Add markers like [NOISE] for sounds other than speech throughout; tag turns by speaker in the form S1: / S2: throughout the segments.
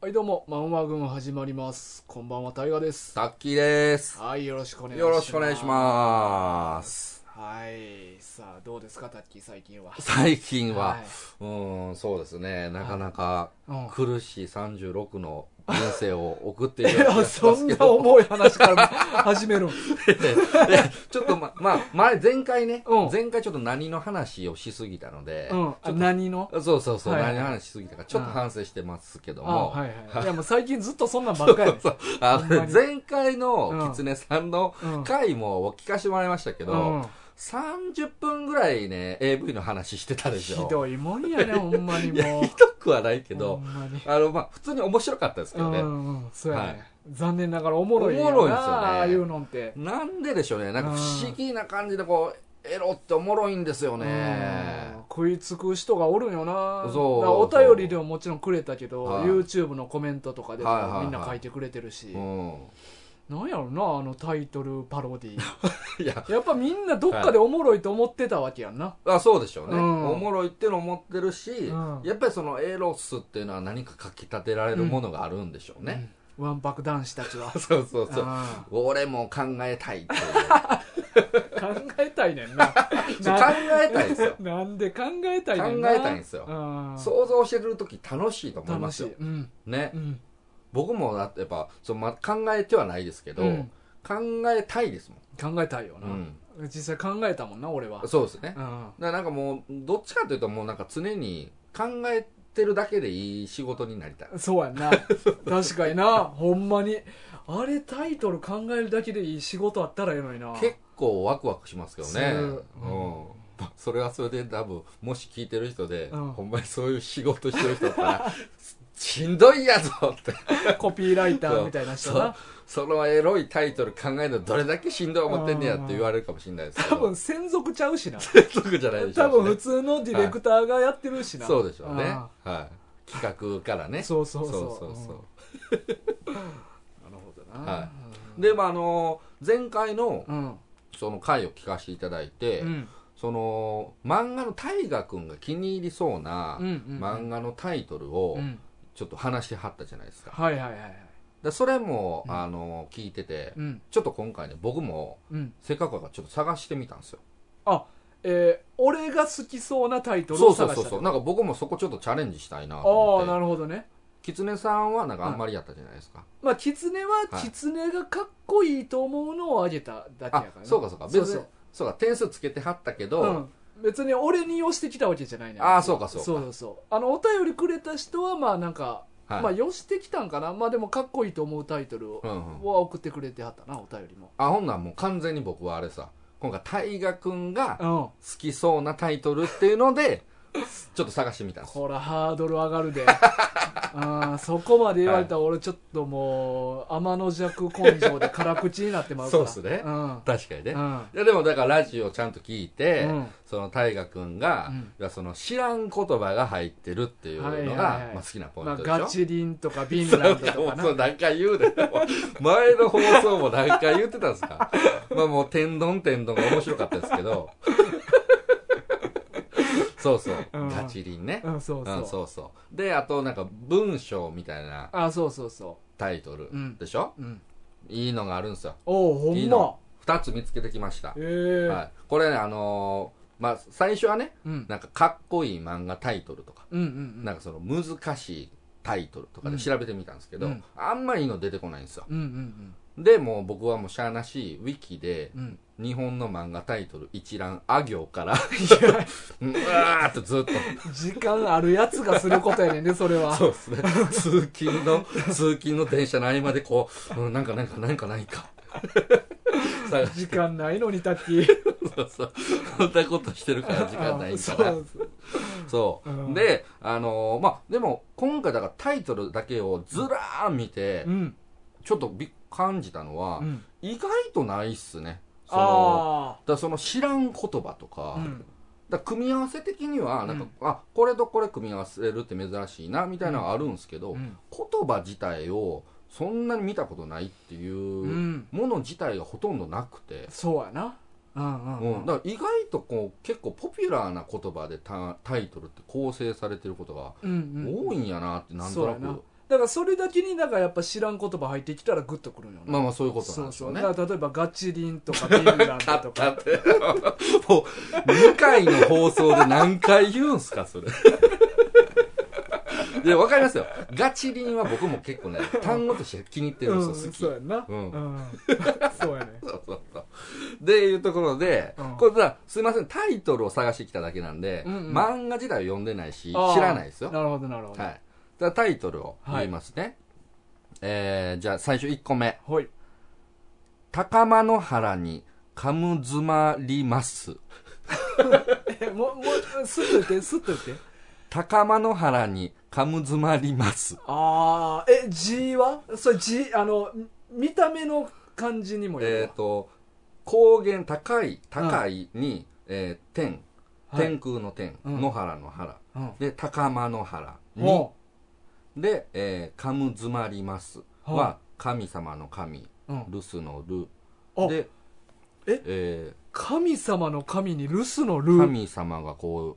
S1: はいどうも、マンワ軍始まります。こんばんは、タイガです。
S2: タッキーです。
S1: はい、よろしくお願いします。
S2: よろしくお願いします。
S1: はい、さあ、どうですか、タッキー、最近は。
S2: 最近は、
S1: はいう
S2: ーん、そうですね、なかなか
S1: うん
S2: 苦しい36の人生を送っている
S1: いや、 [LAUGHS] そんな
S2: [LAUGHS]
S1: 重い話から始める。
S2: ちょっとま、まあ、前、前回ね、
S1: うん
S2: 前回ちょっと何の話をしすぎたので、
S1: うん、
S2: ちょ
S1: あ
S2: っ
S1: 何の
S2: とそうそうそう、
S1: はいはい
S2: 何の話しすぎたか、ちょっと反省してますけど
S1: あ
S2: も、
S1: はいはい。いや、もう最近ずっとそんなんばっかり。
S2: そうあ
S1: ほんまに
S2: 前回
S1: うん
S2: の狐さんの
S1: うん
S2: 回もお聞かせてもらいましたけど、
S1: うん
S2: 30分ぐらいね、AV の話してたでし
S1: ひ
S2: ょ。
S1: どいもんやね、ほんまに
S2: いや、
S1: もう
S2: ひ。どくはないけ
S1: ほ
S2: ど、
S1: んまに。
S2: あの、まあ、普通に面白かったですけ
S1: う
S2: どね。
S1: んうん、そうや
S2: は
S1: ね
S2: い。
S1: 残念ながらおもろいよな。
S2: おもろいんすよね
S1: ああいうのって。
S2: なんででしょうね。なんか
S1: うん
S2: 不思議な感じで、こう、エロっておもろいんですよね
S1: うん。食いつく人がおるんよな
S2: そう
S1: だからお便りでももちろんくれたけど、
S2: はい
S1: YouTube のコメントとかで
S2: はいはいは
S1: も
S2: い
S1: みんな書いてくれてるし、
S2: うん。
S1: なんやろなあのタイトルパロディ
S2: [LAUGHS] いや、
S1: やっぱみんなどっかでおもろいと思ってたわけやんな、
S2: あそうでしょうね。
S1: うん
S2: おもろいっての思ってるし、
S1: うん
S2: やっぱりそのエロスっていうのは何かかき立てられるものがあるんでしょうね。
S1: わんぱく男子たちは
S2: [LAUGHS] そうそうそう。
S1: あ
S2: 俺も考えたいっていう
S1: 考えたいねんな [LAUGHS]
S2: そう考えたいですよ。
S1: なんで考えたいねんな
S2: 考えたいんすよ
S1: うん
S2: 想像してる時楽しいと思いま
S1: 楽
S2: す
S1: し
S2: よ
S1: い。うん
S2: ね
S1: う。ん
S2: 僕もだってやっぱ、そのま、考えてはないですけど、
S1: うん
S2: 考えたいですもん。
S1: 考えたいよな、
S2: うん
S1: 実際考えたもんな俺は
S2: そうですね。
S1: うん
S2: だからなんかもう、どっちかというともうなんか常に考えてるだけでいい仕事になりたい。
S1: そうやん
S2: [LAUGHS]
S1: な確かになほんまにあれタイトル考えるだけでいい仕事あったらええのにな
S2: 結構ワクワクしますけどね。
S1: す
S2: う
S1: る
S2: ん。 [LAUGHS] それはそれで多分、もし聞いてる人で、
S1: うん
S2: ほんまにそういう仕事してる人だったら、しんどいやぞって。
S1: コピーライターみたいな人
S2: そう
S1: な。
S2: そのエロいタイトル考えるのどれだけしんどい思ってんねやって言われるかもしれないですけど。
S1: 多分
S2: [LAUGHS]
S1: 専属ちゃうしな
S2: 得じゃないでしょ
S1: 多
S2: うしね
S1: 分普通のディレクターがやってるしな、
S2: そうでしょうね。
S1: あ
S2: はい。企画からね。
S1: そうそうそう
S2: そうそうそう
S1: あなるほどな、
S2: はで、まあ、あの前回の
S1: うん
S2: その回を聞かせていただいて、
S1: うん
S2: その漫画の大河君が気に入りそうな
S1: うんうん
S2: 漫画のタイトルを
S1: うん
S2: ちょっと話しはったじゃないですか。
S1: はいはいはいはい
S2: でそれも、あの聞いてて、
S1: うん
S2: ちょっと今回ね、僕も
S1: うん
S2: せっかくだからちょっと探してみたんですよ。
S1: あえー、俺が好きそうなタイトル
S2: そ
S1: を
S2: うそう
S1: 探
S2: そ
S1: し
S2: う
S1: た
S2: そう。なんか僕もそこちょっとチャレンジしたいなと
S1: ああ
S2: 思
S1: な
S2: って。
S1: るほどね
S2: キツネさんはなんかあんまりやったじゃないですか。
S1: まあ狐は
S2: はい
S1: 狐がかっこいいと思うのをあげただけやから
S2: あ
S1: ね、、
S2: そうかそうか。別
S1: そう
S2: に、
S1: そ
S2: そううか、点数つけてはったけど、
S1: うん、別に俺に寄してきたわけじゃないね
S2: ああ、そうかそうか。
S1: そうそうそうあのお便りくれた人はまあなんか、
S2: はい
S1: まあ寄してきたんかなまあでもかっこいいと思うタイトルを、
S2: うんうん
S1: は送ってくれてはったなお便りも
S2: あほんなんもう完全に僕はあれさ今回大河君が好
S1: うん
S2: きそうなタイトルっていうのでちょっと探してみたん
S1: [LAUGHS]
S2: です
S1: ほらハードル上がるで [LAUGHS] あーそこまで言われたら俺ちょっともう天の弱根性で辛口になってまうから
S2: そうっすね
S1: うん
S2: 確かにね、
S1: うん
S2: いやでもだからラジオちゃんと聞いて、
S1: うん
S2: その大河君が、
S1: うん
S2: いやその知らん言葉が入ってるっていうのが、
S1: はいはいはい
S2: まあ、好きなポイ
S1: まあ、
S2: ントでしょ、
S1: ガチリンとかビンランドとかな
S2: そう何回言うで [LAUGHS] 前の放送も何回言ってたんですか [LAUGHS] まあもう天丼天丼が面白かったですけど [LAUGHS] そうそう、
S1: うん
S2: ガチリンね、
S1: うん、そうそう。
S2: うん、そうそうであとなんか文章みたいな
S1: あ、そうそうそ
S2: タイトル
S1: うん
S2: でしょ、
S1: う。うん。
S2: いいのがあるんですよ
S1: おう、ほ
S2: い
S1: ん
S2: い
S1: ま
S2: の。2つ見つけてきました
S1: ええ、
S2: はい、これねあのーまあ最初はね
S1: うん。
S2: なんかかっこいい漫画タイトルとか、
S1: うんうんうん。
S2: なんかその難しいタイトルとかで調べてみたんですけど、
S1: うん
S2: あんまりいいの出てこないんですよ
S1: うんうん
S2: でもう僕はもうしゃあなしウィキで
S1: うん。うん。
S2: 日本の漫画タイトル一覧あ行
S1: [LAUGHS]
S2: からうわーっとずっと
S1: 時間あるやつがすることやねんね、それは。
S2: そうですね。通勤の、通勤の電車の合間でこう、うん、なんかなんかなんかないか。 [LAUGHS] 探し
S1: 時間ないのに、タッキー。
S2: そうそう。そんなことしてるから時間ない
S1: そ
S2: から。そう
S1: うそう。うん
S2: で、あのーまあ、でも、今回だからタイトルだけをずらー見て、
S1: うん。
S2: ちょっとびっ感じたのは、
S1: うん。
S2: 意外とないっすね。その、
S1: あ
S2: だからその知らん言葉とか、
S1: あ。うん。
S2: だから組み合わせ的にはなんか、あこれとこれ組み合わせるって珍しいなみたいなのがあるんですけど、
S1: うん。
S2: 言葉自体をそんなに見たことないっていううんもの自体がほとんどなくて、
S1: そうやな。うん
S2: う
S1: うんん。
S2: だから意外とこう結構ポピュラーな言葉でタタイトルって構成されてることが
S1: うんうん。
S2: 多いんやなってなんと
S1: そう
S2: な
S1: やな
S2: く
S1: だからそれだけになんかやっぱ知らん言葉入ってきたらグッとくるんよね、
S2: まあまあそういうことな
S1: そう
S2: んでしょ
S1: そうう
S2: ね
S1: だから例えばガチリンとかビン
S2: [LAUGHS]
S1: ランド
S2: 勝
S1: と
S2: っ
S1: か
S2: たって。もう、2回の放送で何回言うんすか、それ。で、わかりますよ。ガチリンは僕も結構ね、単語として気に入ってるんです
S1: うん、
S2: よ、好き。
S1: そうやんな、
S2: うん
S1: ん [LAUGHS] そうやね
S2: そうそうそう。で、いうところで、
S1: うん
S2: これさ、すいません、タイトルを探してきただけなんで、
S1: うんうん
S2: 漫画自体を読んでないし、
S1: あー
S2: 知らないですよ。は
S1: なるほどなるほ
S2: い。
S1: ど
S2: だからタイトルを言いますね。えー、じゃあ最初1個目。
S1: ほい
S2: 高間の原にカムズまります。
S1: えもうもうすっと言ってすっと言って
S2: 高間の原にカムズまります。
S1: ああえ G はそれ G あのみ見た目の感じにもよるわ
S2: えっ、と、高原高い、高いに、えー天、
S1: はい
S2: 天空の天、
S1: うん
S2: 野原の原。
S1: うん
S2: で、高間の原に、
S1: ほ
S2: で、えー、カムズまります
S1: はい
S2: は、神様の神、
S1: ううん
S2: 留守のル。
S1: あ
S2: で、
S1: え
S2: え
S1: 神様の神に留守の
S2: ー
S1: ルー
S2: 神様がこう、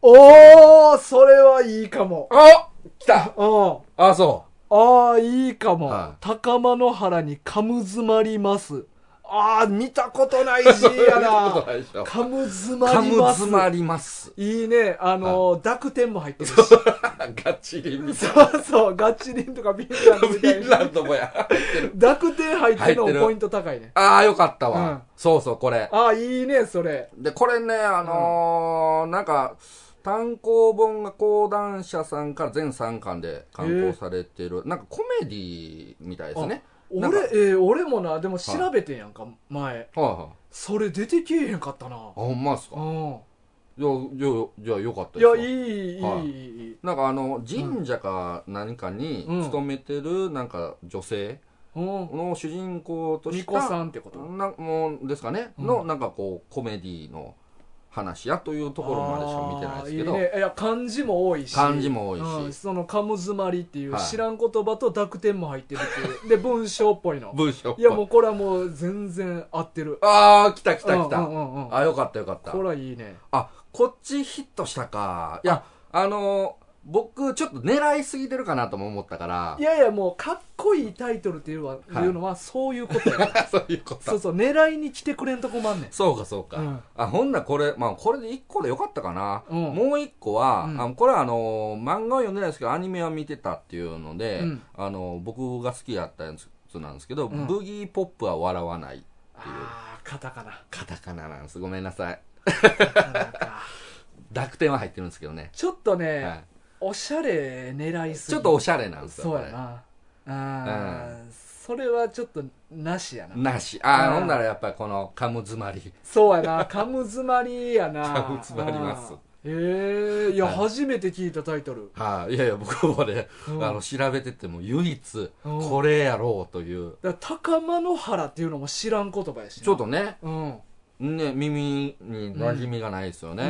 S1: おおそれはいいかも
S2: あ来た
S1: うん
S2: あ、そ
S1: ああいいかも、
S2: はい
S1: 高間の原にカムズまりますああ見たことない字
S2: う。
S1: や
S2: [LAUGHS] 見たこと
S1: ない
S2: でしょ
S1: カムズま
S2: カ
S1: り
S2: ム
S1: ます
S2: ズまり
S1: [LAUGHS]
S2: ます。
S1: いいねあのー濁点も入ってるし
S2: ガチリ [LAUGHS] ミ
S1: [LAUGHS] そうそうガチリンとかビンランド
S2: フ
S1: みたい
S2: ィンラ
S1: に
S2: ンドもやってる。
S1: 濁点入ってるの
S2: 入ってる
S1: もポイント高いね
S2: ああ、よかったわ。
S1: うん
S2: そうそう、これ。
S1: ああいいねそれ
S2: で、これね、あのーなんか、単行本が講談社さんから全3巻で刊行されてる、なんかコメディみたいですね。なんか
S1: 俺、えー俺もなでも調べてんやんか前
S2: はいはい。あ、
S1: それ出てけえへんかったな
S2: ほんまっすか
S1: う。ん
S2: いや、いや、じゃあよかった
S1: いや、
S2: い。
S1: いい、いい、
S2: はい
S1: いい、いい。
S2: なんかあの、神社か何かに
S1: うん
S2: 勤めてる、なんか女性
S1: うん。
S2: の主人公と
S1: ニ
S2: した、
S1: コさんってこと
S2: なもんですかね、
S1: うん
S2: の、なんかこう、コメディの話やというところまでしか見てないですけど、
S1: あーいいね。いや、漢字も多いし。
S2: 漢字も多いし
S1: うんその、カムズマリっていう
S2: はい
S1: 知らん言葉と濁点も入ってるっていう。で、文章っぽいの。
S2: 文章っぽ
S1: いや、もうこれはもう全然合ってる。
S2: ああ、来た来た来た。
S1: うんうんうんうん。
S2: あ、よかったよかった
S1: こ。れはいいね。
S2: あ、こっちヒットしたか。いや、あのー僕、ちょっと狙いすぎてるかなとも思ったから
S1: い。やいや、もう、かっこいいタイトルっていうのは、
S2: はい
S1: いうのはそういうことや。
S2: [LAUGHS] そういうこ
S1: そ
S2: と
S1: う。そう、狙いに来てくれんとこまんねん。
S2: そうか、そうか。
S1: うん
S2: あ、ほんならこれ、まあ、これで一個でよかったかな。
S1: うん
S2: もう一個は、
S1: うん
S2: あのこれはあのー漫画は読んでないですけど、アニメは見てたっていうので、
S1: うん
S2: あのー僕が好きやったやつなんですけど、
S1: うん
S2: ブギーポップは笑わない。
S1: あー、カタカナ。
S2: カタカナなんです。ごめんなさい。
S1: カタカナか
S2: 濁点は入ってるんですけどね。
S1: ちょっと
S2: は
S1: ね、
S2: い、
S1: おしゃれ狙いすぎ
S2: ちょっとおしゃれなんですよ。
S1: そう
S2: こ
S1: や
S2: れ
S1: なあー、それはちょっとなしやな
S2: なし。あ
S1: う
S2: あ、
S1: ん
S2: ほんならやっぱりこのカム詰
S1: [LAUGHS]
S2: まり。
S1: そうやなカム詰まりやな
S2: カム詰まります
S1: うんへえいや、
S2: はい
S1: 初めて聞いたタイトル
S2: はい、いやいや、僕もね、
S1: うん
S2: あの、調べてても唯一、
S1: うん
S2: これやろうという。
S1: だから高間の原っていうのも知らん言葉やしな
S2: ちょっとね、
S1: うん、ね、
S2: ね、耳に馴染みがないですよ
S1: うんうん
S2: ね。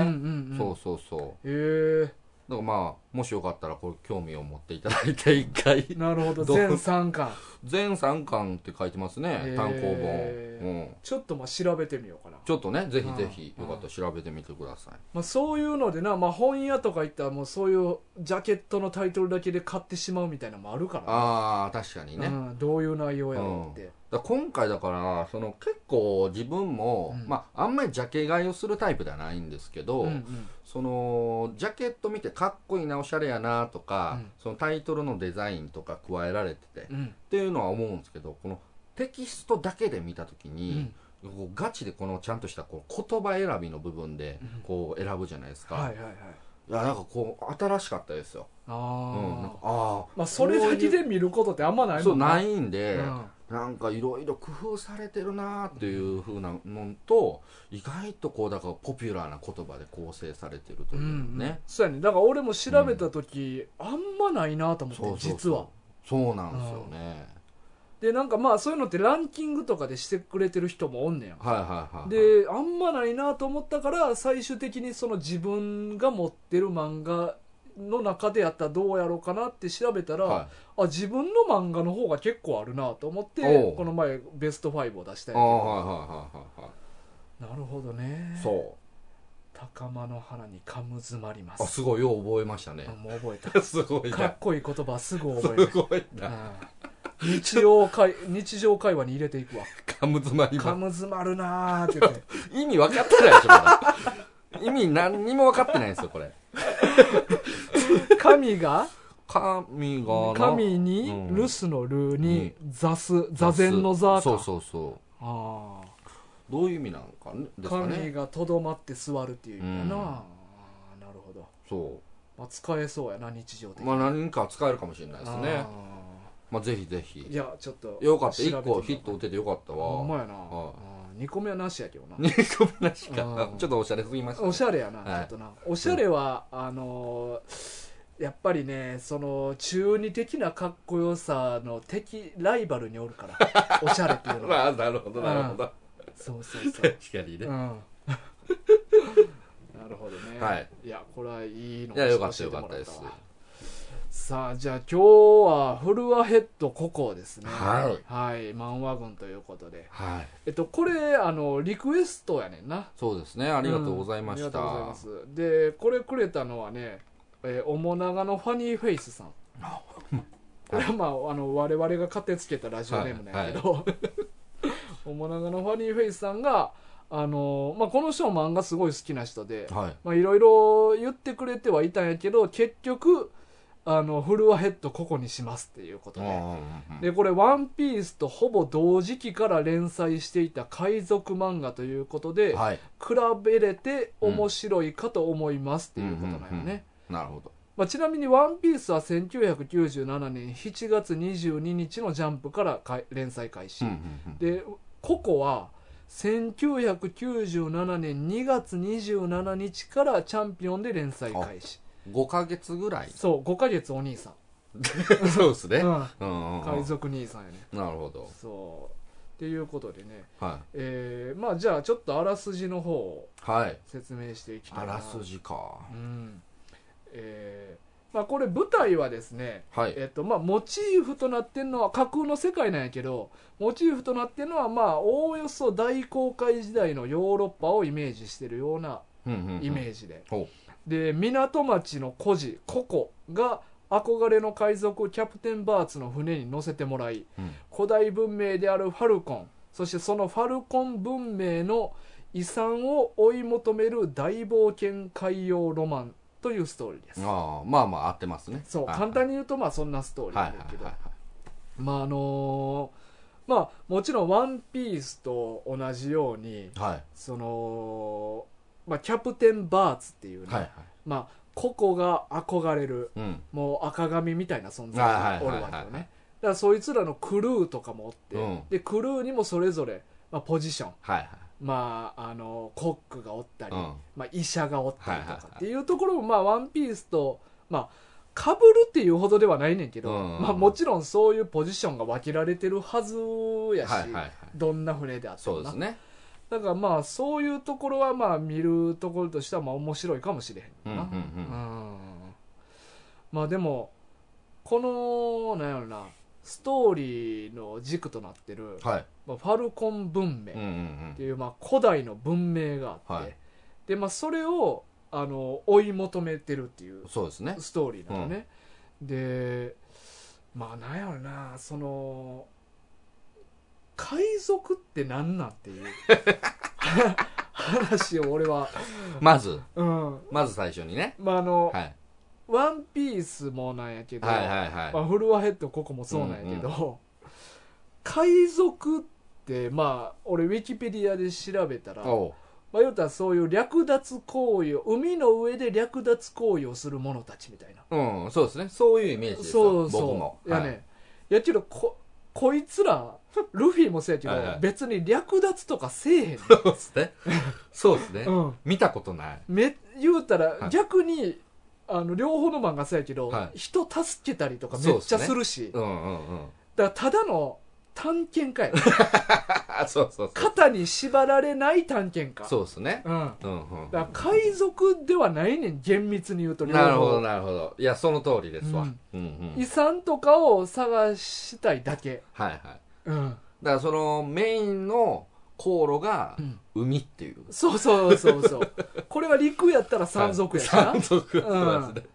S1: うん
S2: そうそうそう。
S1: へえ
S2: だからまあ、もしよかったら、これ興味を持っていただいて、一回。 [LAUGHS]
S1: なるほど
S2: どう
S1: 全3巻
S2: 全3巻って書いてますね
S1: へ、ー
S2: 単行本。うん。
S1: ちょっとまあ調べてみようかな、
S2: ちょっとね、ぜひぜひ、
S1: うん
S2: よかったら調べてみてください。
S1: まあ、そういうのでな、まあ、本屋とか行ったらもうそういうジャケットのタイトルだけで買ってしまうみたいなのもあるからな
S2: ああ、確かにね。
S1: うん、どういう内容やろうって、
S2: だから今回だからその結構自分も、
S1: うん
S2: まあ、あんまりジャケ買いをするタイプではないんですけど、
S1: うんうん
S2: そのジャケット見てかっこいいなおしゃれやなとか、
S1: うん
S2: そのタイトルのデザインとか加えられてて、っ
S1: うん
S2: ていうのは思うんですけどこのテキストだけで見た時に、こうガチでこのちゃんとしたこう言葉選びの部分で
S1: うん
S2: こう選ぶじゃないですか、
S1: はいはい
S2: い、
S1: はい
S2: やなんかこう新しかったですよ、
S1: あ
S2: うん
S1: ー、
S2: なんかあー
S1: まあそれだけで見ることってあんまない
S2: そ
S1: も
S2: うん
S1: な
S2: ないいんで、
S1: うん
S2: なんかいろいろ工夫されてるなっていうふうなのと、意外とこうだからポピュラーな言葉で構成されてるといううんね、
S1: うんそうやねだから俺も調べた時、あんまないなと思って
S2: そうそうそう
S1: 実は
S2: そうなんですよね、
S1: でなんかまあそういうのってランキングとかでしてくれてる人もおんねや
S2: はいはいはい
S1: であんまないなと思ったから最終的にその自分が持ってる漫画の中でやったらどうやろうかなって調べたら、
S2: は
S1: あ自分の漫画の方が結構あるなと思って
S2: おう
S1: この前ベスト5を出した
S2: い、
S1: ん
S2: あ
S1: や
S2: あはいはいはいはいは
S1: けどなるほどね
S2: いそう
S1: 高間の腹にかむ詰まります
S2: あすごいよう覚えましたね
S1: あもう覚
S2: [LAUGHS]
S1: えた
S2: すごい
S1: か
S2: な
S1: っこいい言葉すぐ
S2: す
S1: 覚えまし
S2: ごい
S1: た
S2: な
S1: うん日常会 [LAUGHS] 日常会話に入れていくわ
S2: かむつまり
S1: か
S2: ま
S1: む詰まるなーって言って
S2: 意味分かってないでしょまだ意味何にも分かってないんですよこれ
S1: 神が
S2: 神がな
S1: 神に
S2: うん
S1: 留守のルに
S2: に
S1: 座す座禅の座か
S2: そうそうそう
S1: あ
S2: どういう意味なんかね
S1: ー
S2: ですか
S1: 神
S2: ね
S1: がとどまって座るっていう意味だな、
S2: うん
S1: あーなるほど、
S2: そ
S1: まあ、使えそうやな日常
S2: う
S1: 的に、
S2: まあ何か使えるかもしれないですね
S1: あ
S2: まあぜひぜ
S1: ー
S2: ひ
S1: いやちょっと
S2: よかった
S1: 調べてみよ
S2: 1
S1: う
S2: 個ヒット打ててよかった
S1: ほんま
S2: わ
S1: やな、
S2: は
S1: 2個目はなしやけどな
S2: 2個目なしか
S1: うん
S2: ちょっとおしゃれすぎましたね
S1: おしゃれやな、
S2: はい
S1: ちょっとなおしゃれは、あのーやっぱりねその中二的なかっこよさの敵ライバルにおるからおしゃれっていうのは
S2: まあなるほどなるほど
S1: そうそうそう
S2: 確かに
S1: うん [LAUGHS]
S2: ね
S1: なるほどね、
S2: はい、
S1: やこれはいいの
S2: いやよかった
S1: 教えてもら
S2: よかったで
S1: わさあじゃあ今日はフルアヘッドココですね、
S2: はい
S1: はい、漫画軍ということで
S2: はい
S1: えっとこれあのリクエストやねんな
S2: そうですねあ
S1: あ
S2: りがとうございました
S1: ありがとうございますでこれくれたのはねえーおもながのファニーフェイスさんこれはまああの我々が勝手につけたラジオネームなんやけど、 [LAUGHS] おもながのファニーフェイスさんがあの、まあ、この人も漫画すごい好きな人で
S2: はい
S1: まあいろいろ言ってくれてはいたんやけど結局あのフルアヘッドここにしますっていうこと
S2: うん
S1: で、
S2: うんうん
S1: でこれ「ワンピースとほぼ同時期から連載していた海賊漫画ということで、
S2: はい
S1: 比べれて面白いかと思いますっていうことなんよね、
S2: うんうんうんなるほど
S1: まあ、ちなみに「ワンピースは1997年7月22日の「ジャンプからかい連載開始、
S2: うんうんうん
S1: で「ココ」は1997年2月27日から「チャンピオン」で連載開始
S2: 5ヶ月ぐらい
S1: そう5ヶ月お兄さん、
S2: そうですね
S1: うん
S2: うんうんうん
S1: 海賊兄さんやね
S2: なるほど
S1: そうっていうことでね
S2: は
S1: えーまあじゃあちょっとあらすじの方を
S2: いはい
S1: 説明していきた
S2: あ
S1: いな
S2: らすじか
S1: うんえーまあ、これ舞台はですね、
S2: はい
S1: えっとまあ、モチーフとなってるのは架空の世界なんやけどモチーフとなってるのはまあおおよそ大航海時代のヨーロッパをイメージしてるような
S2: イメ
S1: イメージで、
S2: ほ
S1: で港町の孤児ココが憧れの海賊キャプテンバーツの船に乗せてもらい
S2: うん
S1: 古代文明であるファルコンそしてそのファルコン文明の遺産を追い求める大冒険海洋ロマンというストーリーです
S2: ああまあまあ合ってますね
S1: そう
S2: はい
S1: 簡単に言うとまあそんなストーリー
S2: は
S1: ないんだけ
S2: はい
S1: ど
S2: はい
S1: まああのーまあもちろん「ワンピースと同じように
S2: はいはい
S1: その、まあ、キャプテンバーツっていうね、
S2: はいはい
S1: まあ個々が憧れる
S2: うん
S1: もう赤髪みたいな存在
S2: はい
S1: が
S2: はい
S1: お
S2: はい
S1: る
S2: はい
S1: わけよねだからそいつらのクルーとかもおって、
S2: うん
S1: でクルーにもそれぞれ、まあ、ポジション、
S2: はいはい
S1: まあ、あのコックがおったり、
S2: うん
S1: まあ、医者がおったりと
S2: はい
S1: か
S2: はいはい
S1: っていうところも、まあ、ワンピースと、まあかぶるっていうほどではないねんけど、
S2: うん
S1: まあ、もちろんそういうポジションが分けられてるはずやし、
S2: はいはいはい
S1: どんな船であって
S2: そ
S1: も
S2: うで
S1: な
S2: すね
S1: だからまあそういうところはまあ見るところとしてはまあ面白いかもしれへんな
S2: うんうんう
S1: うんまあでもこのなんやろなストーリーの軸となってる、
S2: はい
S1: まあ、ファルコン文明
S2: うんう
S1: っ
S2: ん
S1: て
S2: うん
S1: いうまあ古代の文明があって、
S2: はい
S1: でまあそれをあの追い求めてるっていう
S2: そうですね
S1: ストーリーなのね、でまあなんやろなその海賊って何なんって
S2: [LAUGHS]
S1: いう [LAUGHS] 話を俺は
S2: まず
S1: うん
S2: まず最初にね
S1: まああの、
S2: はい
S1: ワンピースもなんやけど、
S2: はいはいは
S1: ま
S2: い
S1: あ、フルアヘッドここもそうなんやけど、海賊ってまあ俺ウィキペディアで調べたら
S2: おう
S1: まあ言うたらそういう略奪行為を海の上で略奪行為をする者たちみたいな
S2: うんそうですねそういうイメージですよ
S1: そうそう
S2: 僕も
S1: や
S2: は
S1: ね
S2: い、
S1: やけどここいつらルフィもそうやけど
S2: はいはい
S1: 別に略奪とかせえへんねん、
S2: そうですねそうですね [LAUGHS]
S1: うん、
S2: 見たことない
S1: め言うたら、
S2: はい
S1: 逆にあの両方の漫画そうやけど、
S2: は
S1: 人助けたりとかめっちゃするし、
S2: うんうんうん
S1: だからただの探検家や
S2: [LAUGHS] あそうそうそう
S1: 肩に縛られない探検家
S2: そうですね
S1: う、ん、
S2: うんうん
S1: だから海賊ではないねん厳密に言うと両方
S2: なるほどなるほどいやその通りですわ、
S1: う
S2: うんんうん
S1: 遺産とかを探したいだけ
S2: はいはい
S1: うん
S2: だからそのメインの航路が
S1: うん
S2: 海っていう、
S1: そうそうそう
S2: [LAUGHS]
S1: そうこれは陸やったら山賊やしな、
S2: 山賊そうですね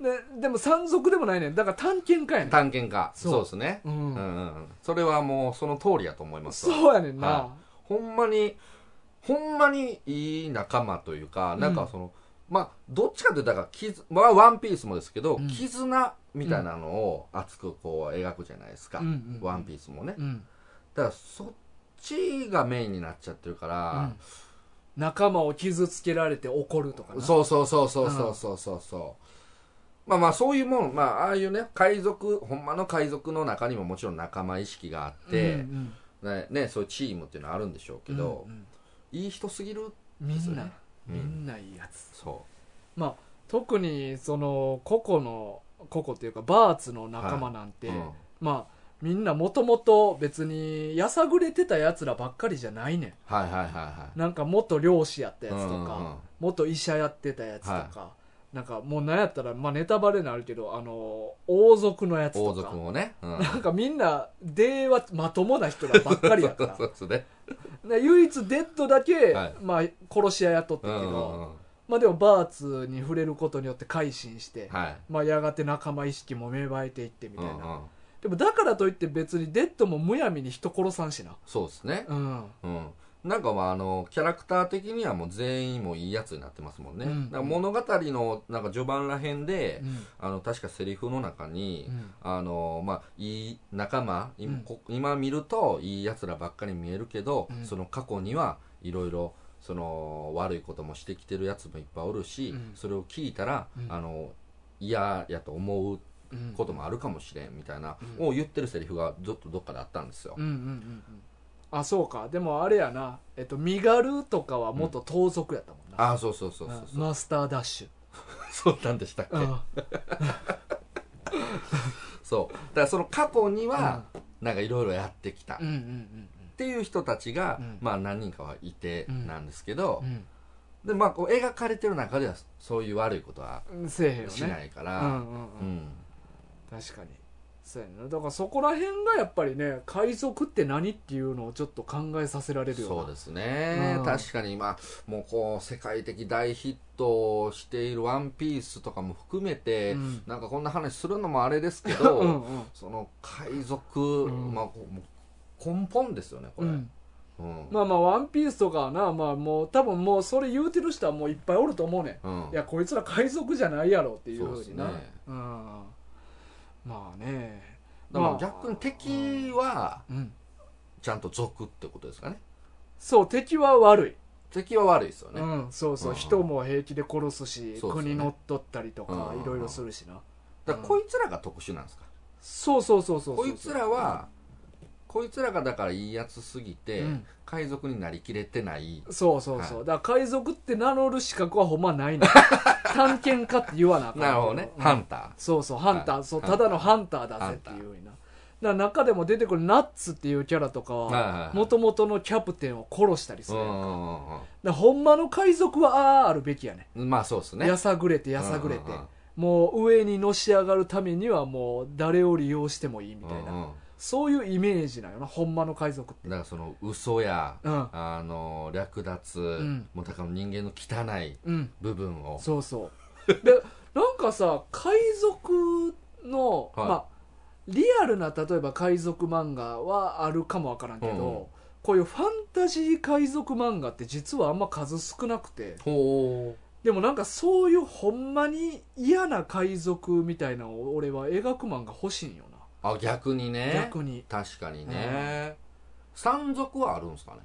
S1: ででも山賊でもないねんだから探検家やねん、
S2: 探検家
S1: そう
S2: そうですね、
S1: う
S2: うんんうんそれはもうその通りやと思いますわ
S1: そうやねんな、
S2: はほんまにほんまにいい仲間というかなんかその、まあどっちかというとだから絆まあワンピースもですけど、
S1: うん
S2: 絆みたいなのを熱くこう描くじゃないですか、
S1: うんうん
S2: ワンピースもね
S1: うん
S2: だからそっちがメインになっちゃってるから、
S1: 仲間を傷つけられて怒るとかな
S2: そうそうそうそうそうそうそうそうまあまあそういうもんまあああいうね海賊ほんまの海賊の中にももちろん仲間意識があっ
S1: うん
S2: て、
S1: うん
S2: ねねそういうチームっていうのはあるんでしょうけど
S1: う、ん
S2: いい人すぎる、
S1: うんみんな、
S2: うん
S1: みんないいやつ
S2: そ
S1: まあ特にその個々の個々というかバーツの仲間なん
S2: う、
S1: て、
S2: うん
S1: まあみんなもともと別にやさぐれてたやつらばっかりじゃないね
S2: はいはいはいはい
S1: んなんか元漁師やったやつとか、
S2: うんうんうん
S1: 元医者やってたやつとか、なんかもうなんやったら、まあ、ネタバレになるけどあの王族のやつ
S2: 王
S1: と
S2: 族
S1: か
S2: もね、
S1: [LAUGHS]
S2: うん、
S1: なんかみんな出はまともな人らばっかりやか
S2: [LAUGHS] そうですね、
S1: らで唯一デッドだけ、
S2: はい
S1: まあ、殺し屋雇った
S2: う
S1: け
S2: ん
S1: ど、
S2: うんうん
S1: まあ、でもバーツに触れることによって改心して、
S2: はい
S1: まあ、やがて仲間意識も芽生えていってみたいな、
S2: うんうん
S1: でもだからといって別にデッドもむやみに人殺さんしな
S2: そうですね、
S1: うん
S2: うん、なんかまああのキャラクター的にはもう全員もういいやつになってますもんね、
S1: うん
S2: だから物語のなんか序盤らへんで、
S1: うん
S2: あの確かセリフの中に、
S1: うん
S2: あのまあ、いい仲間、い
S1: うん
S2: こ今見るといいやつらばっかり見えるけど、
S1: うん
S2: その過去にはいろいろその悪いこともしてきてるやつもいっぱいおるし、
S1: うん
S2: それを聞いたら、
S1: うん
S2: あの嫌やと思う
S1: うん
S2: こともあるかもしれんみたいな、
S1: うん
S2: を言ってるセリフがずっとどっかであったんですよ、
S1: うんうんうんうんあそうかでもあれやな、えっと、身軽とかは元盗賊やったもんな、
S2: ああそうそうそうそう
S1: うん
S2: そう、
S1: マスターダッシュ
S2: そうなんでしたっけ、そうだからその過去にはなんかいろいろやってきたっ
S1: うんうんうん
S2: ていう人たちが、
S1: うん
S2: まあ何人かはいて
S1: うん
S2: なんですけど
S1: う、ん
S2: でまあこう描かれてる中ではそういう悪いことは
S1: うんせえへんよね
S2: しないか
S1: う
S2: ら、
S1: んうんう
S2: うんん
S1: 確かにそうやなだからそこら辺がやっぱりね海賊って何っていうのをちょっと考えさせられるような
S2: そうですね、
S1: うん
S2: 確かにまあもうこう世界的大ヒットをしている「ワンピースとかも含めて、
S1: うん
S2: なんかこんな話するのもあれですけ
S1: う
S2: ど
S1: んうん
S2: その海賊、
S1: ん
S2: まあこうもう根本ですよね
S1: う
S2: これ、
S1: ん、
S2: うん
S1: まあまあ「ワンピースとかはなまあもう多分もうそれ言うてる人はもういっぱいおると思うねん
S2: うん
S1: いやこいつら海賊じゃないやろっていうふ
S2: そう
S1: う
S2: です
S1: に
S2: ね
S1: なうん、まあね
S2: だから
S1: まあ
S2: 逆に敵は
S1: うん
S2: ちゃんと族ってことですかね
S1: そう敵は悪い、
S2: 敵は悪いですよね、
S1: うんそうそう、
S2: うん
S1: 人も平気で殺すし、
S2: そうです
S1: 国
S2: よね
S1: 乗っ取ったりとか
S2: うん
S1: いろいろするしな、
S2: だからこいつらが特殊なんですか、
S1: そうそうそうそうそう
S2: こいつらは、こいつらがだからいいやつすぎて、
S1: うん
S2: 海賊になりきれてない
S1: そうそうそう、
S2: は
S1: だから海賊って名乗る資格はほんまない
S2: [LAUGHS]
S1: の探検家って言わなあかんけ
S2: なるほどね、
S1: うん
S2: ハンタ
S1: そうそうハンター、
S2: はい
S1: そう
S2: ハンタ
S1: た
S2: ー
S1: だのハンターだぜっていうようなだから中でも出てくるナッツっていうキャラとか
S2: はいはい
S1: は
S2: はい
S1: もともとのキャプテンを殺したり
S2: ー
S1: す
S2: う
S1: るやん
S2: ん
S1: だか
S2: うんうん
S1: らほんまの海賊はあああるべきやね
S2: うんまあそうですね
S1: やさぐれてやさぐれて、
S2: うんうんうん
S1: もう上にのし上がるためにはもう誰を利用してもいいみたいな、
S2: うんうん
S1: そういうイメージなんよなほんまの海賊って
S2: だからその嘘や、
S1: うん
S2: あの略奪、
S1: ん
S2: もうだから人間の汚い
S1: うん
S2: 部分を
S1: そうそうでなんかさ海賊の、
S2: はい
S1: まあリアルな例えば海賊漫画はあるかもわからんけど、
S2: うんうん
S1: こういうファンタジー海賊漫画って実はあんま数少なくて
S2: ほ
S1: でもなんかそういうほんまに嫌な海賊みたいなのを俺は描く漫画欲しいんよ
S2: うあ逆に
S1: な、
S2: ね
S1: 逆に
S2: 確かにね、山賊はあるんですかね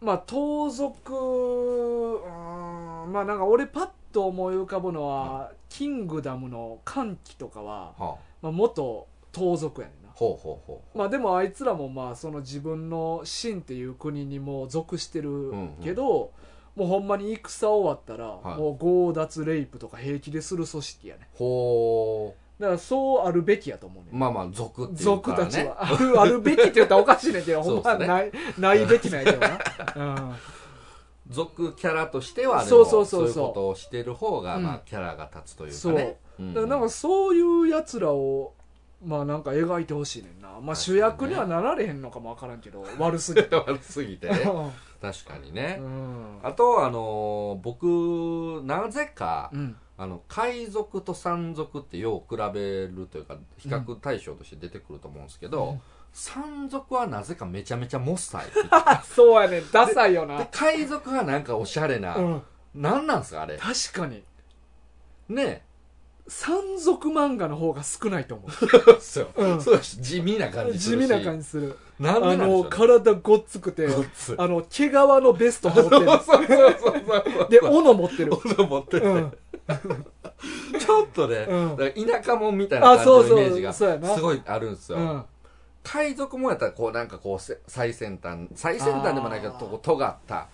S1: まあ盗賊うーんまあなんか俺パッと思い浮かぶのは、キングダムの歓喜とかは、
S2: は
S1: まあ、元盗賊やねんな
S2: あ、ほうほうほ
S1: まあでもあいつらもまあその自分の秦っていう国にもう属してるけど、もうほんまに戦終わったら、
S2: はい
S1: もう強奪レイプとか平気でする組織やね
S2: うほ
S1: だからそうあるべきやと思う
S2: う
S1: ねん
S2: まあまあ族っていう
S1: 族
S2: か
S1: た
S2: ら
S1: ち
S2: ね
S1: はあ [LAUGHS] るあるべきって言ったらおかしいねんけど、
S2: [LAUGHS] そ
S1: ほ
S2: うんっす
S1: ま
S2: ね
S1: はないないべきない
S2: [LAUGHS]
S1: けどな、うん、
S2: 族キャラとしてはでも
S1: そうそうそうそう
S2: いうことをしてる方が、
S1: うん
S2: まあ、キャラが立つというかね
S1: だからなんかそういうやつらをまあなんか描いてほしいねんな、まあ、主役にはなられへんのかもわからんけど、悪す
S2: [LAUGHS]
S1: ぎて
S2: 悪
S1: [LAUGHS]
S2: すぎてね確かにね、
S1: うん
S2: あとあのー僕なぜか、
S1: うん
S2: あの海賊と山賊ってよう比べるというか比較対象として出てくると思うんですけど、
S1: うん
S2: 山賊はなぜかめちゃめちゃモッサイ
S1: あそうやねダサいよな
S2: で海賊はなんかおしゃれな、
S1: うん
S2: なんなんすかあれ
S1: 確かに
S2: ね
S1: 山賊漫画の方が少ないと思
S2: えそう
S1: うん
S2: [LAUGHS] そうだし地味な感
S1: う
S2: じ
S1: 地
S2: する
S1: 味
S2: し
S1: な感じする
S2: な
S1: あ
S2: んでなんでし
S1: の
S2: ょうね
S1: 体ごっつくて
S2: ごっつい
S1: あの毛皮のベスト羽織ってる
S2: [LAUGHS] そうそうそうそう
S1: で斧持ってる
S2: 斧持ってて、
S1: うん
S2: [LAUGHS] ちょっとね、
S1: うん
S2: だから田舎もんみたいな感じ
S1: あそうそ
S2: の
S1: う
S2: イメージがす
S1: そうやな
S2: ごいあるんですよ、
S1: うん
S2: 海賊もやったらこうなんかこうせ最先端最先端でもないけど
S1: あー
S2: とこ尖った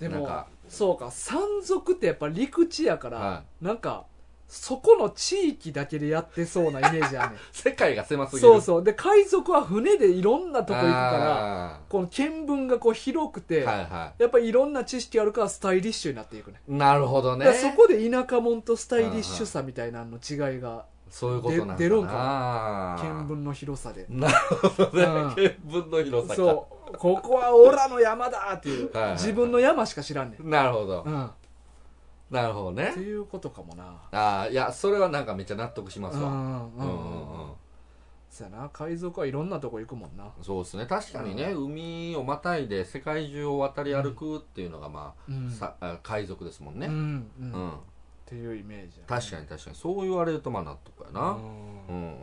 S1: で
S2: なん
S1: も
S2: か
S1: そうか山賊ってやっぱ陸地やから、
S2: は
S1: なんかそこの地域だけでやってそうなイメージあるね
S2: 世界が [LAUGHS] 狭すぎる
S1: そうそうで海賊は船でいろんなとこ行くから
S2: あ
S1: この見聞がこう広くて、
S2: ーはいは
S1: やっぱいろんな知識あるからスタイリッシュになっていくね
S2: いなるほど
S1: だ
S2: ね
S1: からそこで田舎者とスタイリッシュさみたいなのの違いが
S2: そういうことなんだな
S1: で出るんか
S2: な
S1: 見聞の広さで
S2: なるほどね、
S1: うん
S2: 見聞の広さか
S1: そうここはオラの山だっていう
S2: はいはいはい
S1: 自分の山しか知らんねん、
S2: なるほど、
S1: うん、っ
S2: なるほど
S1: て
S2: ね
S1: いうことかもな
S2: ああいやそれはなんかめっちゃ納得します
S1: う
S2: わ、
S1: ん
S2: う
S1: うんん
S2: う
S1: うんうん
S2: んうん
S1: そうやな海賊はいろんなとこ行くもんな
S2: そうですね確かにね、海をまたいで世界中を渡り歩くっていうのがま
S1: う
S2: あ、
S1: ん
S2: さあ海賊ですもん
S1: う
S2: ね
S1: んう
S2: うん、
S1: んっていうイメージや
S2: 確かに確かにそう言われるとまあ納得や
S1: う
S2: な
S1: ん
S2: うん、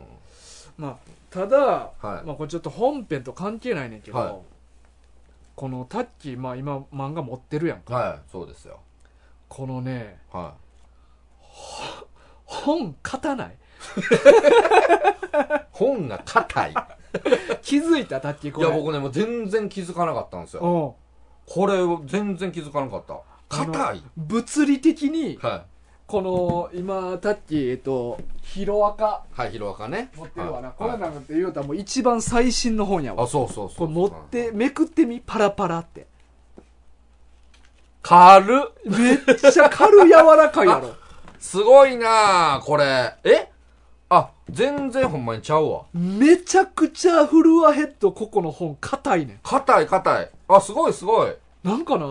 S1: まあただ、
S2: はい
S1: まあ、これちょっと本編と関係ないねんけど、
S2: はい
S1: このタッキー、まあ、今漫画持ってるやんか
S2: はいそうですよ
S1: このね
S2: は
S1: 本勝た
S2: [LAUGHS]
S1: ない
S2: い本が硬
S1: [LAUGHS]
S2: いいや
S1: 気づいたタッキーこれ
S2: 僕ねもう全然気づかなかったんですよ
S1: うん
S2: これ全然気づかなかった硬い
S1: 物理的に
S2: は
S1: この今タッキーえっとヒロアカ
S2: いはいヒロアカね
S1: 持ってるわな、
S2: はい
S1: これなんて言うたらもう一番最新の本や
S2: あ
S1: わ
S2: そうそうそ
S1: こ
S2: う
S1: れ持ってめくってみパラパラって
S2: 軽っ
S1: めっちゃ軽い柔らかいやろ
S2: すごいなあこれえあ全然ほんまにちゃうわ
S1: めちゃくちゃフルアヘッドここの本硬いね
S2: 硬い硬いあすごいすごい
S1: んなんかな、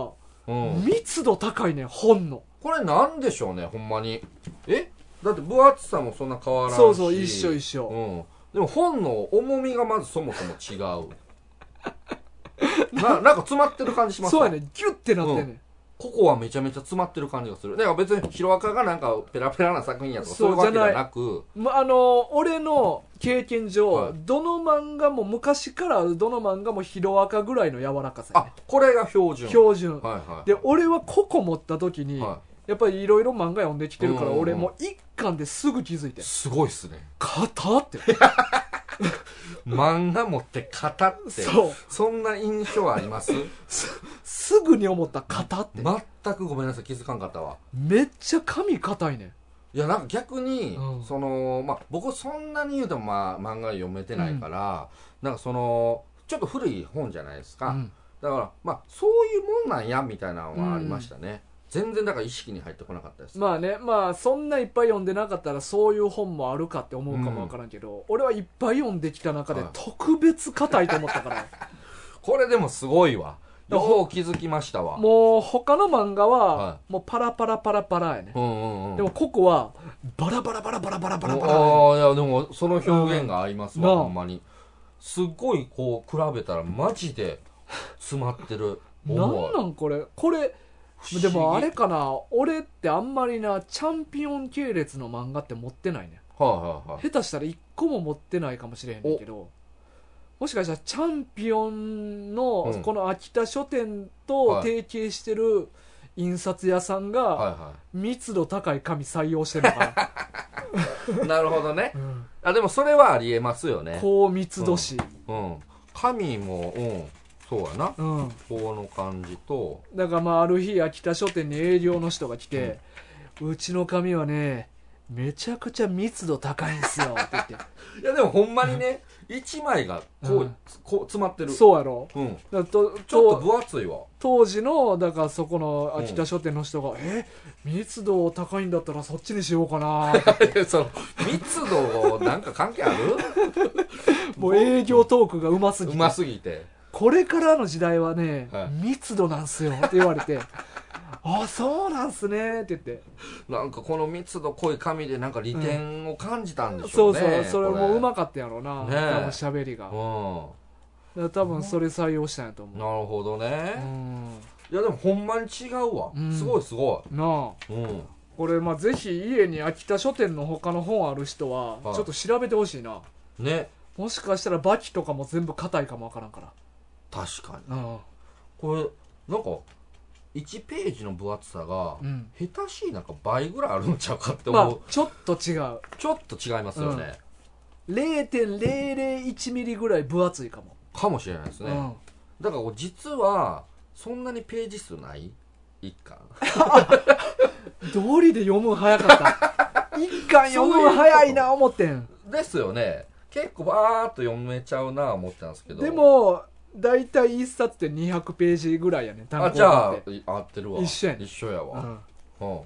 S2: うん
S1: 密度高いねん本の
S2: これなんでしょうねほんまにえだって分厚さもそんな変わらんし
S1: そうそう一緒一緒
S2: うんでも本の重みがまずそもそも違うななんか詰まってる感じします
S1: そうやねギュッてなってんねん、
S2: ここはめちゃめちゃ詰まってる感じがするだから別にヒロアカがなんかペラペラな作品やと
S1: そ
S2: かそう
S1: う
S2: いうわけ
S1: じ
S2: で
S1: ゃな
S2: はいなく
S1: まあ、あの俺の経験上、
S2: はい
S1: どの漫画も昔からどの漫画もヒロアカぐらいの柔らかさや
S2: あ
S1: ね
S2: これが標準
S1: 標準、
S2: はいはい
S1: で俺はココ持った時に、
S2: は
S1: やっぱりいろいろ漫画読んできてるから、
S2: うんうんうん
S1: 俺もう一巻ですぐ気づいて
S2: いすごいっすね
S1: 「硬って
S2: 漫画持って型っ
S1: [LAUGHS]
S2: て
S1: そう
S2: そんな印象あります
S1: すぐに思った「硬って、
S2: 全くごめんなさい気づかんかったわ
S1: めっちゃ髪硬いねん
S2: いやなんか逆に、
S1: うん
S2: そのまあ僕そんなに言うても、まあ、漫画読めてないから、なんかそのちょっと古い本じゃないですか、
S1: うん
S2: だからまあそういうもんなんやみたいなのはありましたね、全然だから意識に入ってこなかったです、
S1: まあねまあそんないっぱい読んでなかったらそういう本もあるかって思うかもわからんけど、俺はいっぱい読んできた中で
S2: はい
S1: 特別硬いと思ったから、
S2: これでもすごいわ
S1: だから
S2: よう気づきましたわ
S1: もう他の漫画
S2: は
S1: はもうパラパラパラパラやね、
S2: うんうんうん
S1: でもココはバラバラバラバラバラバラバラやね
S2: ああいやでもその表現が合いますわ、
S1: うん
S2: ほんまにすっごいこう比べたらマジで詰まってる
S1: [LAUGHS] な
S2: 重
S1: ん
S2: い
S1: なんこれこれ
S2: 不思議
S1: でもあれかな俺ってあんまりなチャンピオン系列の漫画って持ってないね
S2: はいはいはい
S1: 下手したら1個も持ってないかもしれへんねんけどもしかしたらチャンピオン
S2: う
S1: の
S2: ん
S1: この秋田書店
S2: は
S1: と
S2: い
S1: 提携してる印刷屋さん
S2: は
S1: が
S2: いは
S1: 密度高い紙採用してるのか
S2: いなるほどね
S1: な、うん
S2: あでもそれはありえますよね
S1: 高密度紙、
S2: うん神もうんそうやな
S1: うん、
S2: この感じと
S1: だからまあある日秋田書店に営業の人が来て、うちの紙はねめちゃくちゃ密度高いんすよって言
S2: [LAUGHS]
S1: って
S2: いやでもほんまに [LAUGHS] ね1枚がこう,、
S1: うん
S2: こう詰まってる
S1: そうやろ
S2: うん、
S1: だと
S2: ちょっ
S1: と
S2: と分厚いわ
S1: 当時のだからそこの秋田書店の人が「え密度高いんだったらそっちにしようか
S2: [LAUGHS]
S1: な」
S2: [LAUGHS] その密度なんか関係あ [LAUGHS] る
S1: もう営業トークがうますぎ
S2: う
S1: て
S2: ますぎて
S1: これからの時代はね、
S2: はい
S1: 密度なんすよって言われて [LAUGHS] あそうなんすねって言って
S2: なんかこの密度濃い紙でなんか利点を感じたんでし
S1: そ
S2: ょう
S1: う
S2: ね、
S1: そうそれもうま
S2: く
S1: かったやろうな、
S2: ねえ
S1: 多分しゃべりが、
S2: う
S1: だか
S2: ん
S1: ら多分それ採用したんやと思う、
S2: なるほど
S1: う
S2: ね、
S1: ん、
S2: いやでもほんまに違うわ、
S1: うん
S2: すごいすご
S1: なあ
S2: い、うん、
S1: これまあぜひ家に秋田書店の他の本ある人は
S2: はい
S1: ちょっと調べてほしいな、
S2: ね
S1: もしかしたらバキとかも全部硬いかもわからんか
S2: 確か
S1: ら
S2: に
S1: うん
S2: これなんか1ページの分厚さが、
S1: うん
S2: 下手しいなんか倍ぐらいあるんちゃうかって
S1: ま
S2: 思
S1: あ
S2: う、
S1: ちょっと違う
S2: ちょっと違いますよね、
S1: 0.001ミリぐらい分厚いかも、
S2: かもしれないですね、
S1: うん
S2: だからこう実はそんなにページ数ない一巻
S1: 道理で読むん早か
S2: [LAUGHS]
S1: った一巻読むん早いな思ってん
S2: [LAUGHS] ですよね結構バーっと読めちゃうな思ってたんですけど
S1: でも大体一冊って200ページぐらいやね単行
S2: あ
S1: 本って
S2: じゃあ合ってるわ
S1: 一緒やね
S2: 一緒や
S1: う
S2: わ、
S1: ん
S2: うん
S1: 不思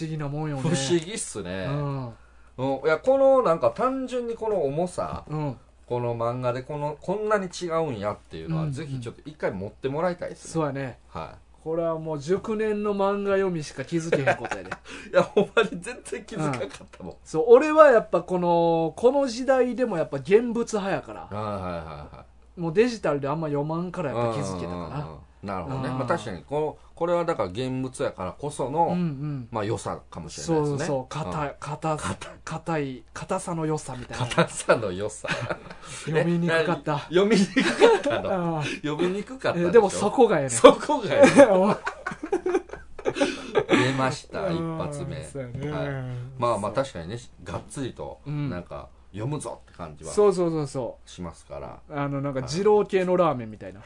S1: 議なもんよね
S2: 不思議っすね、
S1: うん
S2: うんいやこのなんか単純にこの重さ
S1: うん
S2: この漫画でこのこんなに違うんやっていうのは、
S1: うん
S2: ぜひちょっと一回持ってもらいたいですね
S1: そうやね
S2: は
S1: これはもう熟年の漫画読みしか気づけへんことやで [LAUGHS]
S2: い、いやほんまに全然気づかなかったもん、
S1: そう俺はやっぱこのこの時代でもやっぱ現物派やから
S2: はいはいはいはい
S1: もうデジタルであんま読まんからやっぱ気づけた
S2: うんうん
S1: か
S2: うんなるほどね、
S1: うん
S2: まあ、確かにこのこれはだから現物やからこそ
S1: な
S2: の、
S1: うんうん
S2: まあ良さかもしれない
S1: そ
S2: です
S1: う
S2: ね
S1: そう硬い硬硬い硬さの良さみたいな
S2: 硬さの良さ [LAUGHS]
S1: 読みにくかった
S2: え何読みにくかったの
S1: あー
S2: 読みにくかった
S1: え
S2: しょ
S1: ーでもそこがやね
S2: そこが
S1: 出
S2: 出ました一発
S1: [LAUGHS]
S2: 目
S1: そうやね、
S2: はいまあまあ
S1: そう
S2: 確かにねがっつりと
S1: うん
S2: なんか読むぞって感じは
S1: そうそうそうそ
S2: しますから
S1: うあのなんか二郎系のラーメンみたい
S2: [LAUGHS]
S1: な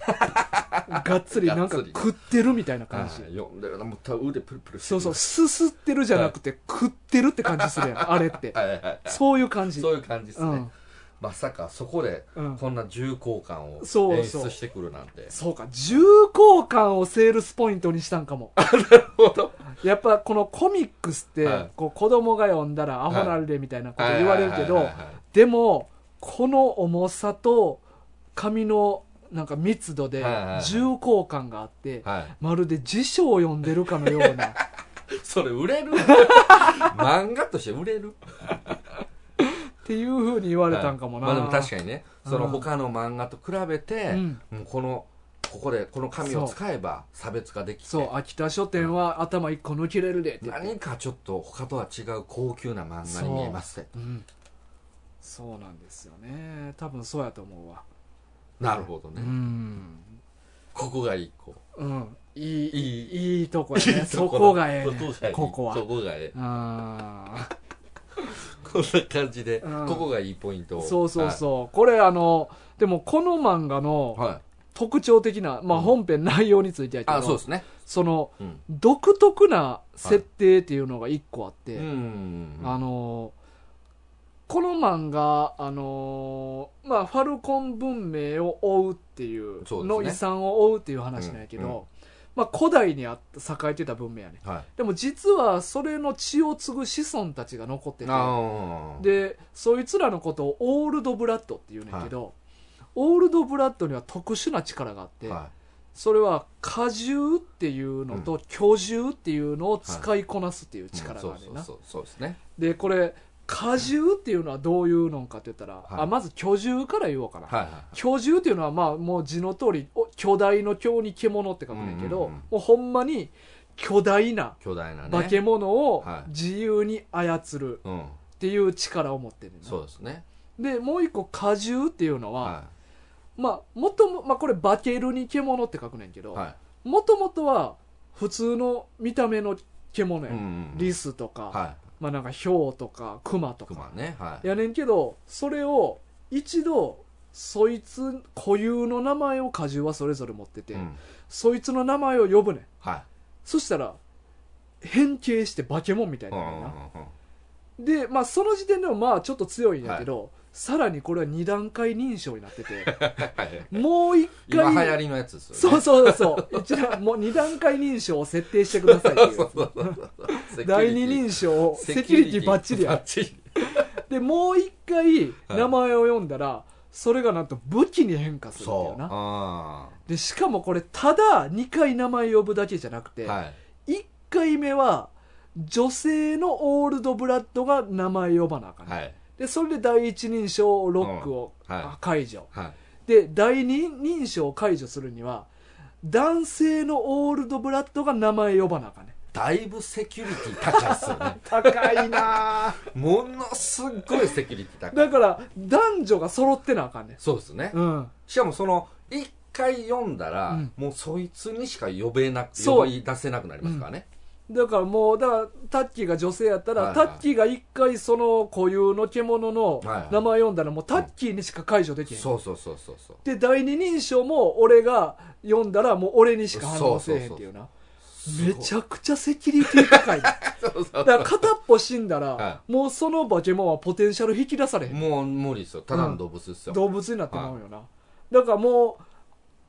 S1: がっつりなんか
S2: がっつり
S1: 食ってるみたいな
S2: は
S1: 感
S2: い
S1: じ、
S2: 読んでるなもう腕プルプルして
S1: そう
S2: る
S1: そうすすってるじゃなくて、食ってるって感じするや
S2: [LAUGHS]
S1: んあれって
S2: はいはいはい
S1: そういう感じ
S2: そういう感じです
S1: う
S2: ね
S1: ん
S2: まさかそこで
S1: うん
S2: こんな重厚感を
S1: そう
S2: 演
S1: そう
S2: 出してくるなんて
S1: そうか重厚感をセールスポイントにしたんか
S2: [LAUGHS]
S1: もなるほ
S2: ど
S1: やっぱこのコミックスって、
S2: はい
S1: こう子供が読んだらアホなんでみたいなこと言われるけ
S2: はい
S1: ど
S2: はいはいはい
S1: でもこの重さと紙のなんか密度で
S2: はいはいはい
S1: 重厚感があって
S2: はいはい
S1: まるで辞書を読んでるかのよう
S2: [LAUGHS]
S1: な
S2: それ売
S1: [LAUGHS]
S2: れる漫画として売れる
S1: っていうふうに言われたんかもな、
S2: まあでも確かにね
S1: うん
S2: その他の漫画と比べて、
S1: うん
S2: もうこのここでこの紙を使えば差別化でき
S1: そう
S2: て
S1: 秋田書店は頭一個抜けれるでって言って
S2: 何かちょっと他とは違う高級な漫画に見えますね
S1: うん、そうなんですよね多分そうやと思うわ
S2: なるほど
S1: う
S2: ね、
S1: ん
S2: ここがいいこ
S1: うんいいい
S2: い
S1: いいいとこやね
S2: い
S1: [LAUGHS]
S2: い
S1: そ
S2: と
S1: こがええ
S2: そ
S1: ね
S2: こがいい
S1: ここは
S2: そこがええ
S1: あー
S2: こんな感じで、
S1: うん
S2: ここがいいポイントを
S1: そうそうそう、これあのでもこの漫画の
S2: はい、はい
S1: 特徴的な、まあ、
S2: うん
S1: 本編内容についてやけど、
S2: あそうですね
S1: その
S2: うん
S1: 独特な設定っていうのが一個あって、
S2: うん
S1: あのこの漫画、あのまあ、ファルコン文明を追うっていう
S2: そうですね
S1: の遺産を追うっていう話なんやけど、
S2: うんうん
S1: まあ、古代にあった栄えてた文明やね
S2: はい
S1: でも実はそれの血を継ぐ子孫たちが残ってて
S2: あー
S1: でそいつらのことをオールドブラッドっていうんやけど、オールドブラッドには特殊な力があって、
S2: は
S1: それは果汁っていうのと巨汁っていうのを使いこなすっていう
S2: い、
S1: 力
S2: そ
S1: があ
S2: う
S1: る
S2: そ
S1: よ
S2: う
S1: な
S2: そうそうですね
S1: でこれ果汁っていうのはどういうのかって言ったら、
S2: はい
S1: あまず巨獣から言おうかな、
S2: はいはいはい
S1: 巨獣っていうのはまあもう字の通りお巨大の巨に獣って書くねんやけど、
S2: うんうんうん
S1: もうほんまに巨大な
S2: 巨大なね
S1: 化け物を
S2: はい
S1: 自由に操る
S2: うん
S1: っていう力を持ってるねんな
S2: そうですね
S1: でもう一個果汁っていうのは、
S2: は
S1: まあもとも、まあ、これ化けるに獣って書くねんけ
S2: い
S1: ど、
S2: は
S1: もともとは普通の見た目の獣
S2: い
S1: や、
S2: うん
S1: ん、
S2: うん
S1: リスとか、
S2: は
S1: まあなんかヒョウとかクマと
S2: い
S1: か
S2: 熊ねはい
S1: やねんけどそれを一度そいつ固有の名前を果汁はそれぞれ持ってて、
S2: うん
S1: そいつの名前を呼ぶねん
S2: はい
S1: そしたら変形して化け物みたい
S2: うん
S1: な
S2: う
S1: の
S2: ん
S1: や
S2: うん
S1: な、
S2: う
S1: [LAUGHS]
S2: ん
S1: で、まあ、その時点でもまあちょっと強いんやけど、さらにこれは2段階認証になってて
S2: [LAUGHS] はい
S1: もう1
S2: 今
S1: 回
S2: 流行りのやつですよね
S1: そうそうそう一応もう2段階認証を設定してくださいっていう
S2: [LAUGHS] そうそうそうそう
S1: 第二人称をセキュリティバッチリや
S2: バッチリ
S1: でもう1回名前を読んだら、それがなんと武器に変化するってい
S2: そうう
S1: な
S2: あ
S1: でしかもこれただ2回名前呼ぶだけじゃなくて、
S2: ーはい
S1: 1回目は女性のオールドブラッドが名前呼ばなあかんね、
S2: はい
S1: でそれで第一人称ロックを
S2: うんはい
S1: あ解除、
S2: はい
S1: で第二人称を解除するには男性のオールドブラッドが名前呼ばなあかんね
S2: だいぶセキュリティ高いっすよね
S1: 高いな
S2: ものすっごいセキュリティ高
S1: [LAUGHS]
S2: い
S1: だから男女が揃ってなあかんね
S2: そうですね
S1: うん
S2: しかもその一回読んだら、
S1: うん
S2: もうそいつにしか呼べなく
S1: そう
S2: 呼び出せなくなりますからね、
S1: だからもうだからタッキーが女性やったら、
S2: はいはい
S1: タッキーが一回その固有の獣の
S2: はいはい
S1: 名前呼んだらもうタッキーにしか解除できへん、
S2: そうそうそうそうそう
S1: で第二人称も俺が読んだらもう俺にしか反応せえへんっていうなめち
S2: ゃ
S1: ゃくちゃセキュリティ高いだか
S2: [LAUGHS] そうそう
S1: ら片っぽ死んだら、
S2: は
S1: もうその化け物はポテンシャル引き出されへん
S2: もう無理ですよただの動物ですよ、
S1: 動物になってまうよな、だからもう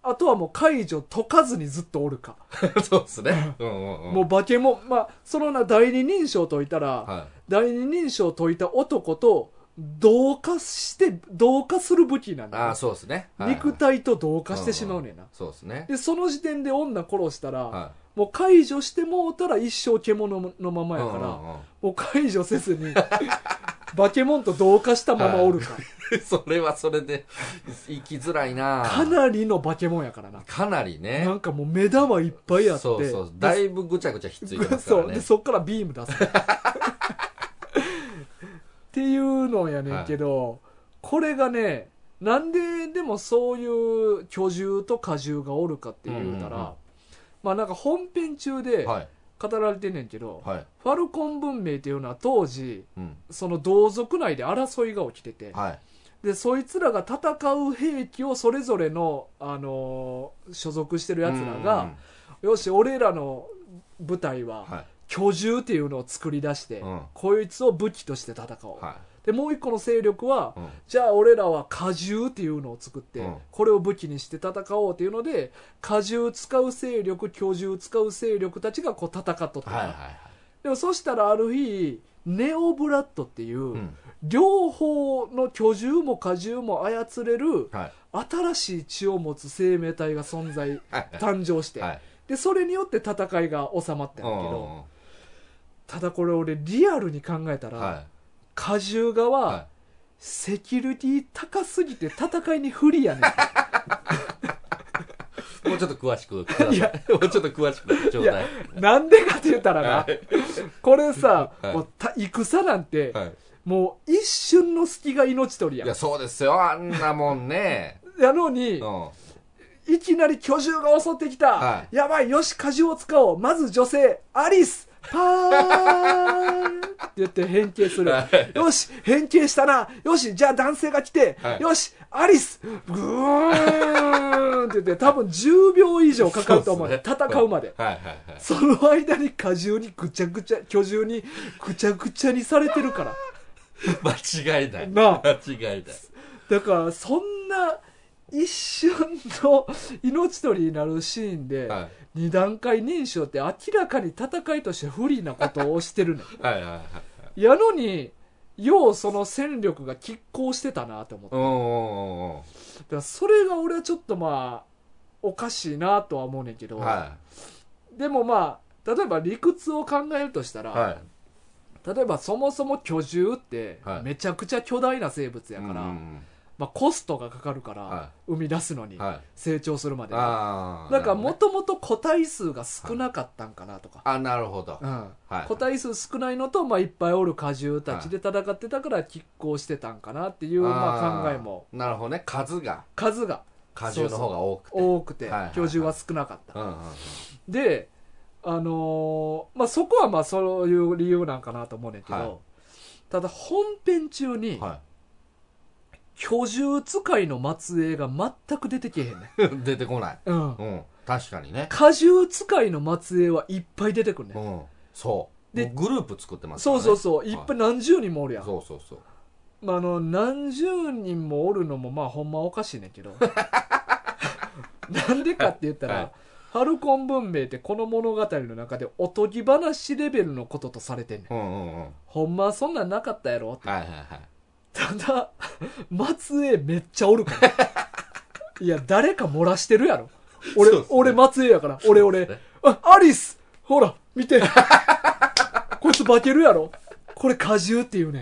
S1: あとはもう解除解かずにずっとおるか、
S2: そうですねうんうんうん
S1: もう化け物まあそのな第二人称解いたら、
S2: は
S1: 第二人称を解いた男と同化して同化する武器なん
S2: い、ああ
S1: だ
S2: そうですね、はいはい
S1: 肉体と同化してしまうねんな、
S2: そうですね
S1: でその時点で女殺したら、
S2: は
S1: もう解除してもうたら一生獣のま
S2: い
S1: まやから、
S2: うんうん [LAUGHS] うん
S1: もう解除せずに [LAUGHS] 化け物と同化したままおるか、
S2: それはそれで生きづらいな
S1: かなりの化け物やからな
S2: かなりね
S1: なんかもう目玉いっぱいあって
S2: そうそうだいぶぐちゃぐちゃひっついてますから
S1: そう
S2: ね
S1: でそっからビーム
S2: [LAUGHS]
S1: 出すっていうのやねんけど、これがねなんででもそういう居住と果汁がおるかっていうたら、
S2: うんうんうん
S1: まあなんか本編中で
S2: はい
S1: 語られてんねんけど、
S2: はい
S1: ファルコン文明っていうのは当時
S2: うん
S1: その同族内で争いが起きてて、
S2: はい
S1: でそいつらが戦う兵器をそれぞれの、あのー所属してるやつらが、よし俺らの部隊は、
S2: うんはい
S1: 巨獣っていうのを作り出して、
S2: うん
S1: こいつを武器として戦おう、
S2: は、
S1: でもう一個の勢力はい
S2: うん
S1: じゃあ俺らは果汁っていうのを作って、
S2: うん
S1: これを武器にして戦おうっていうので果汁使う勢力巨獣使う勢力たちがこう戦っとった、
S2: はいはいはい
S1: でもそしたらある日ネオブラッドっていう、
S2: うん
S1: 両方の巨獣も果汁も操れる
S2: はい
S1: 新しい血を持つ生命体が存在
S2: はい
S1: 誕生して、
S2: はい
S1: でそれによって戦いが収まったん
S2: うん
S1: や
S2: う
S1: けど、
S2: んうん
S1: ただこれ俺リアルに考えたら、
S2: は
S1: 果汁側、
S2: いは
S1: セキュリティ高すぎて戦いに不利やねん
S2: いもうちょっと詳しくください
S1: いや
S2: もうちょっと詳しくちょうだい
S1: なんでかって言ったらな、これさ、
S2: はい
S1: もうた戦なんて、
S2: はい
S1: もう一瞬の隙が命取り
S2: い
S1: や
S2: やそうですよあんなもんね
S1: やのに、
S2: うんはい
S1: きなり巨獣が襲ってきた、
S2: は
S1: やばいよし果汁を使おうまず女性アリスパーン
S2: [LAUGHS]
S1: って言って変形する
S2: は
S1: よし変形したなよしじゃあ男性が来て、
S2: はい
S1: よしアリスグーンって言って多分10秒以上かかると思う
S2: そうっすね
S1: 戦うまで
S2: いはいはい
S1: その間に果汁にぐちゃぐちゃ巨獣にぐちゃぐちゃにされてるから
S2: 間違いない
S1: なあ
S2: 間違いない
S1: だからそんな一瞬の命取りになるシーンで、
S2: は
S1: 二段階認証って明らかに戦いとして不利なことをしてるね
S2: いはいはいは
S1: [LAUGHS]
S2: い
S1: やのにようその戦力が拮抗してたなと思って
S2: う
S1: だ
S2: んうんうんうん
S1: からそれが俺はちょっとまあおかしいなとは思うねんけど、
S2: は
S1: でもまあ例えば理屈を考えるとしたら、
S2: いは
S1: 例えばそもそも巨獣って
S2: はい
S1: めちゃくちゃ巨大な生物
S2: い
S1: やから、
S2: うんうん
S1: まあ、コストがかかるから、
S2: は
S1: 生み出すのに、
S2: うんはい
S1: 成長するまでだ
S2: ああ
S1: からもともと個体数が少なかったんかなとか、
S2: あなるほど
S1: うん、
S2: はい
S1: 個体数少ないのと、まあ、いっぱいおる果汁たちで戦ってたから拮抗してたんかなっていうまあ、考えも
S2: ーなるほどね数が
S1: 数が
S2: 果汁の方が多くて
S1: 多くて
S2: はいはいはい
S1: 巨獣は少なかった、
S2: うんうんうん
S1: であのーまあ、そこはまあそういう理由なんかなと思うねんけど、
S2: はい
S1: ただ本編中に
S2: は
S1: 巨獣使いの末裔が全く出てけへんね
S2: [LAUGHS]
S1: ん、
S2: い出てこない
S1: うん
S2: う、ん確かにね
S1: 果汁使いの末裔はいっぱい出てくるねん、
S2: うんそう
S1: で
S2: もうグループ作ってますから
S1: そう
S2: ね
S1: そうそういっぱい何十人もおるやん、
S2: そうそうそう
S1: まあ、あの何十人もおるのもまあほんまおかしいねんけ
S2: [LAUGHS]
S1: どなんでかって言ったら、
S2: はい
S1: ファルコン文明ってこの物語の中でおとぎ話レベルのこととされてんねん
S2: うんうんうんはい
S1: ほんまはそんなんなかったやろって
S2: はいはい
S1: ただ松江めっちゃおるから
S2: [LAUGHS]
S1: いや誰か漏らしてるやろ俺、
S2: そうっすね
S1: 俺松江やから俺俺、あアリスほら見
S2: [LAUGHS]
S1: てこいつ化けるやろこれ果汁っていうね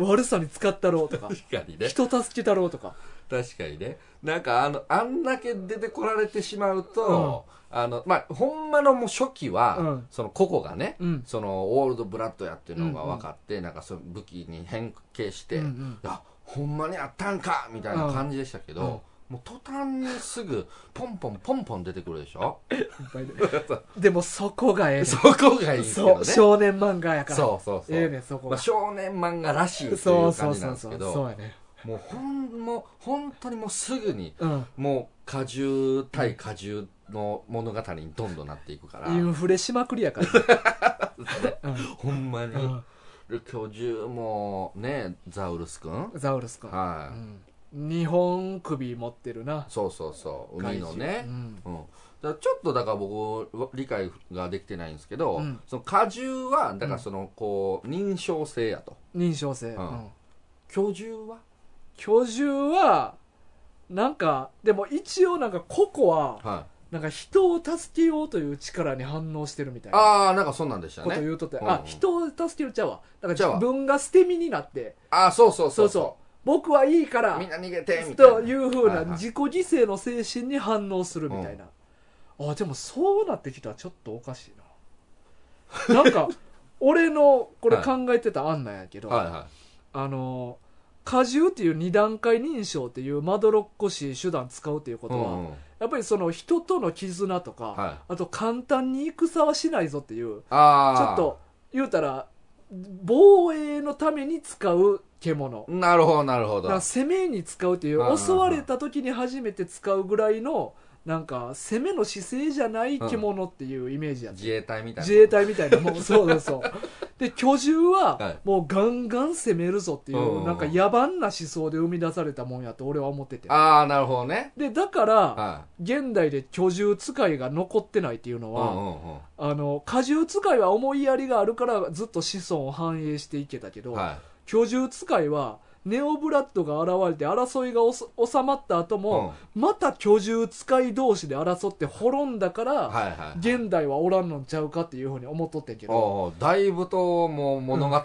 S1: ん悪さに使ったろうとか
S2: 確かにね
S1: 人助けたろうとか [LAUGHS]
S2: 確かにねなんかあのあんだけ出てこられてしまうと、あのまあほんまのもう初期は、
S1: うん
S2: その個々がね、
S1: うん
S2: そのオールドブラッドやっていうのが分かって、なんかその武器に変形して、
S1: うんうん
S2: いやほんまにあったんかみたいな感じでしたけど、
S1: うん
S2: もう途端にすぐポンポンポンポン出てくるでし
S1: [LAUGHS]
S2: ょ
S1: いっぱいででもそこがええねん
S2: そこがいいですけ
S1: そ
S2: ど
S1: う
S2: ね
S1: 少年漫画やから
S2: そうそうそう
S1: ええねんそこ
S2: ま
S1: が、
S2: あ、少年漫画らしいってい
S1: そううそ
S2: 感
S1: う
S2: じ
S1: そ
S2: なん
S1: う
S2: です
S1: そ
S2: け
S1: う
S2: ど
S1: そうやね
S2: もうほんもう本当にもうすぐに
S1: うん
S2: もう果汁対果汁の物語にどんどんなっていくから、
S1: インフレしまくりや
S2: [LAUGHS]
S1: から、ね
S2: ほんまに、
S1: うんうん
S2: で巨獣もねザウルスくん
S1: ザウルス君
S2: は
S1: う
S2: い、
S1: ん日本首持ってるな
S2: そうそうそう海の
S1: 外、
S2: ね
S1: 人
S2: うんだからちょっとだから僕は理解ができてないんですけど、
S1: うん
S2: その果汁はだからそのこう認証性やと
S1: うん認証性、
S2: ん
S1: うん
S2: 巨獣は
S1: 居住はなんかでも一応なんか個々は
S2: は
S1: なんか人を助けようという力に反応してるみた
S2: い
S1: いな
S2: ああなんかそんなんでした
S1: こと
S2: ね
S1: 言うとって、
S2: うん
S1: あ人を助けるちゃうわなん
S2: ち
S1: か
S2: ゃうわ
S1: 自分が捨て身になって
S2: ああそうそう
S1: そ
S2: そうう
S1: そう僕はいいから
S2: みんな逃げてみたいな
S1: というふう
S2: は
S1: ない
S2: はい
S1: 自己犠牲の精神に反応するみたいな、あでもそうなってきたらちょっとおかしいななんか [LAUGHS] 俺のこれ考えてた案なんやけど、
S2: はいは
S1: あの果汁っていう二段階認証っていうまどろっこしい手段使うっていうこ
S2: い、う
S1: とは、
S2: んうん、
S1: やっぱりその人との絆とか、
S2: はい
S1: あと簡単に戦はしないぞっていうちょ
S2: あ
S1: っ
S2: あ
S1: と言うたら防衛のために使う獣
S2: なるほどなるほ
S1: だ
S2: ど
S1: から攻めに使うってい
S2: うんうんう
S1: うん襲われた時に初めて使うぐらいのなんか攻めの姿勢じゃない獣っていうイメージやった
S2: 自衛隊みたいな
S1: 自衛隊みたいなもんそうそう
S2: [LAUGHS]
S1: そうで居住
S2: は
S1: はいもうガンガン攻めるぞってい
S2: うんうんう
S1: うんなんか野蛮な思想で生み出されたもんやと俺は思ってて
S2: ああなるほどね
S1: でだから
S2: は
S1: 現代で居住使いが残ってないっていうの
S2: い、うん
S1: は
S2: うんう
S1: あの果汁使いは思いやりがあるからずっと子孫を繁栄していけたけ
S2: ん
S1: ど
S2: は
S1: 居住使いはネオブラッドが現れて争いがおそ収まった後
S2: い、
S1: も、また居住使い同士で争って滅んだから、
S2: うん、はいはい
S1: 現代はおらんのんちゃうかっていうふうに思っとってんけど、
S2: おうおうだいぶともう物語を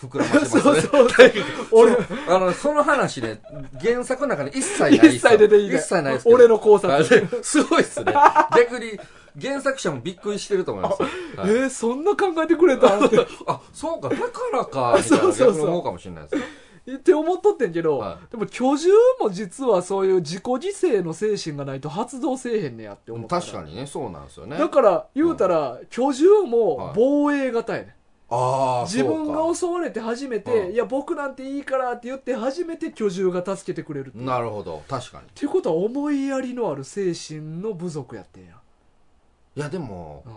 S2: 膨らまし
S1: そ
S2: ま
S1: う
S2: す
S1: [LAUGHS] そう
S2: [LAUGHS] ね、
S1: そう。俺、
S2: あのその話ね原作の中に一切ないです
S1: 一切出ていない。
S2: 一切ないですけど
S1: 俺の考察。
S2: あですごいっすね逆に原作者もびっくりしてると思いますよ
S1: え
S2: はい
S1: ー、そんな考えてくれたんって、
S2: あそうかだからかみたい
S1: [LAUGHS] そ
S2: な
S1: うそうそう
S2: 逆に思うかもしれないですね
S1: って思っとってんけど、
S2: は
S1: でも居住も実はそういう自己犠牲の精神がないと発動せえへんねやって思ったら。
S2: 確かにねそうなんですよね
S1: だから、言うたら、居住
S2: は
S1: も
S2: い
S1: 防衛型やねん。
S2: ああ
S1: 自分
S2: そ
S1: が
S2: うか
S1: 襲われて初め
S2: う
S1: て、
S2: ん
S1: いや、僕なんていいからって言って初めて居住が助けてくれるっていう。っ
S2: なるほど確かに
S1: てことは思いやりのある精神の部族やってんや。
S2: いやでも
S1: うん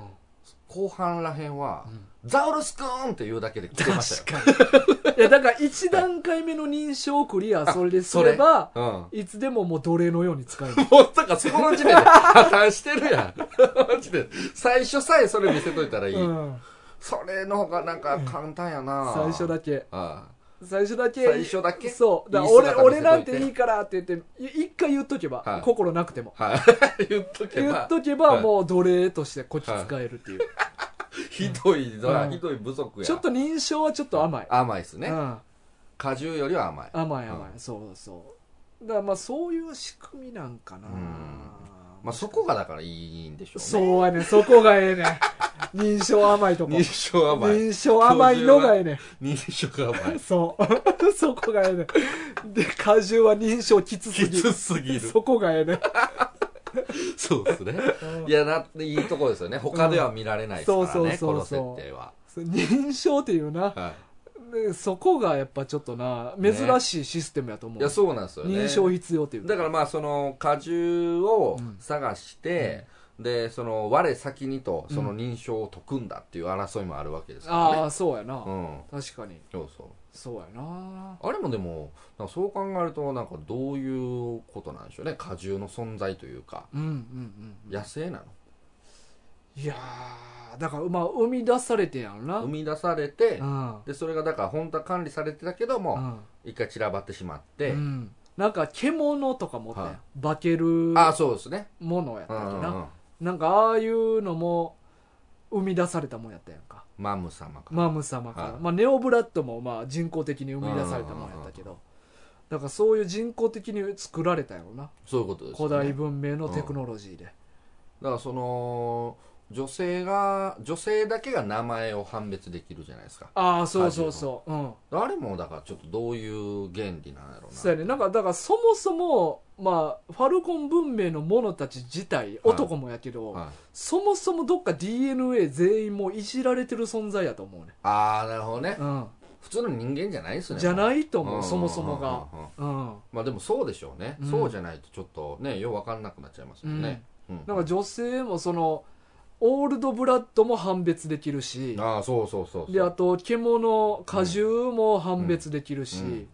S2: 後半らへんは、ザウルスくんって言うだけで来てましたよ
S1: いやだから1段階目の認証をクリアそれですれば
S2: うんも
S1: いつでももう奴隷のように使える
S2: うだからそこの時点で破綻してるやんマジで最初さえそれ見せといたらいい、
S1: うん
S2: それの方がなんか簡単やな
S1: 最初だけ
S2: あ
S1: 最初だけ
S2: 最初だけ
S1: そうだから
S2: い
S1: 俺
S2: い姿見
S1: 俺
S2: せといて
S1: なんていいからって言ってい一回言っとけば、
S2: はい
S1: 心なくても
S2: あはい [LAUGHS] 言っとけ
S1: 言
S2: ば
S1: っとけば
S2: はい
S1: もう奴隷としてこき使えるっていう、
S2: ひどいな、
S1: うん
S2: ひどい部族や
S1: ちょっと認証はちょっと甘い、
S2: 甘いですね、
S1: うん、
S2: 果汁よりは甘い
S1: 甘い甘い、そうそうだからまあそういう仕組みなんかな、
S2: うんまあそこがだからいいんでしょうね
S1: そうやねそこが
S2: [LAUGHS]
S1: ええね認証甘いとこ
S2: 認証甘い
S1: 認証甘いのがええね
S2: 認証 [LAUGHS] 甘い
S1: そう [LAUGHS] そこがええねで果汁は認証きつす
S2: き
S1: ぎ
S2: つすぎる
S1: そこがええね
S2: そうですね
S1: うん
S2: いやないいとこですよね他では見られないですから
S1: うん
S2: ね
S1: そ
S2: こ
S1: うそ
S2: の
S1: うそうそう
S2: 設定は
S1: そう認証っていうな
S2: は
S1: でそこがやっぱちょっとな
S2: ね
S1: 珍しいシステムやと思、
S2: いういやそうなんですよね
S1: 認証必要っていう
S2: だからまあその果汁を探して、でその我先にとその認証を解くんだっていう争いもあるわけですから
S1: あ
S2: ね、
S1: あそうやな、
S2: うん、
S1: 確かに
S2: そうそう
S1: そうやな
S2: あれもでもなんかそう考えるとなんかどういうことなんでしょうね果汁の存在というか
S1: うんうんうんうん
S2: 野生な
S1: やいやーだからまあ生み出されてんやろな
S2: の生み出されて
S1: うん
S2: でそれがだから本当は管理されてたけど
S1: う
S2: も
S1: ん
S2: 一回散らばってしまって、
S1: うんなんか獣とか持ってんやん、
S2: はい
S1: 化ける
S2: ああそうですね
S1: ものやった
S2: う
S1: っけ
S2: んうんう
S1: な、
S2: ん
S1: なんかああいうのも生み出されたもんやったやんか
S2: マム様か、
S1: マム様から、
S2: はい
S1: まあ、ネオブラッドもまあ人工的に生み出されたもんやったけど、だからそういう人工的に作られたんやろな
S2: そういうことです、ね、
S1: 古代文明のテクノロジーで、
S2: だからその女性が女性だけが名前を判別できるじゃないですか
S1: ああそうそうそううん
S2: あれもだからちょっとどういう原理なんやろう
S1: そう
S2: な
S1: やねなんかだからそもそもまあファルコン文明の者たち自体男もやけど、
S2: はい
S1: そもそもどっか DNA 全員もういじられてる存在やと思うね、
S2: ああなるほどね
S1: う
S2: 普通の人間じゃないです
S1: ん、
S2: ね
S1: じゃ
S2: い
S1: ないと思うそもそもがうん
S2: まあでもそうでしょうね、
S1: うん
S2: そうじゃないとちょっとねよう分かんなくなっちゃいますよね、うん
S1: なんか女性もそのオールドブラッドも判別できるし
S2: ああそうそうそうそう
S1: であと獣果汁も判別できるし、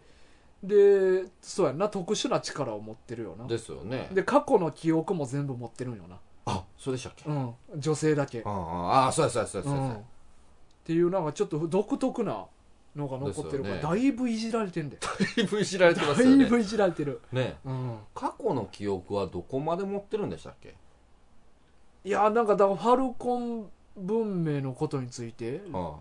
S1: でそうやんな特殊な力を持ってるよなで
S2: ですよね
S1: 過去の記憶も全部持ってるんよな、
S2: あそうでしたっけ、
S1: うん、女性だけ、
S2: ああああそうやそうやそうや
S1: う
S2: そうや、
S1: ん、っていうなんかちょっと独特なのが残ってるから、
S2: ですよ
S1: だいぶいじられてんで
S2: だいぶ知られてま
S1: だ
S2: すよ
S1: い
S2: ね
S1: ぶいじられてる、
S2: ね
S1: うん、
S2: 過去の記憶はどこまで持ってるんでしたっけ
S1: いやなんかだからファルコン文明のことについて
S2: あ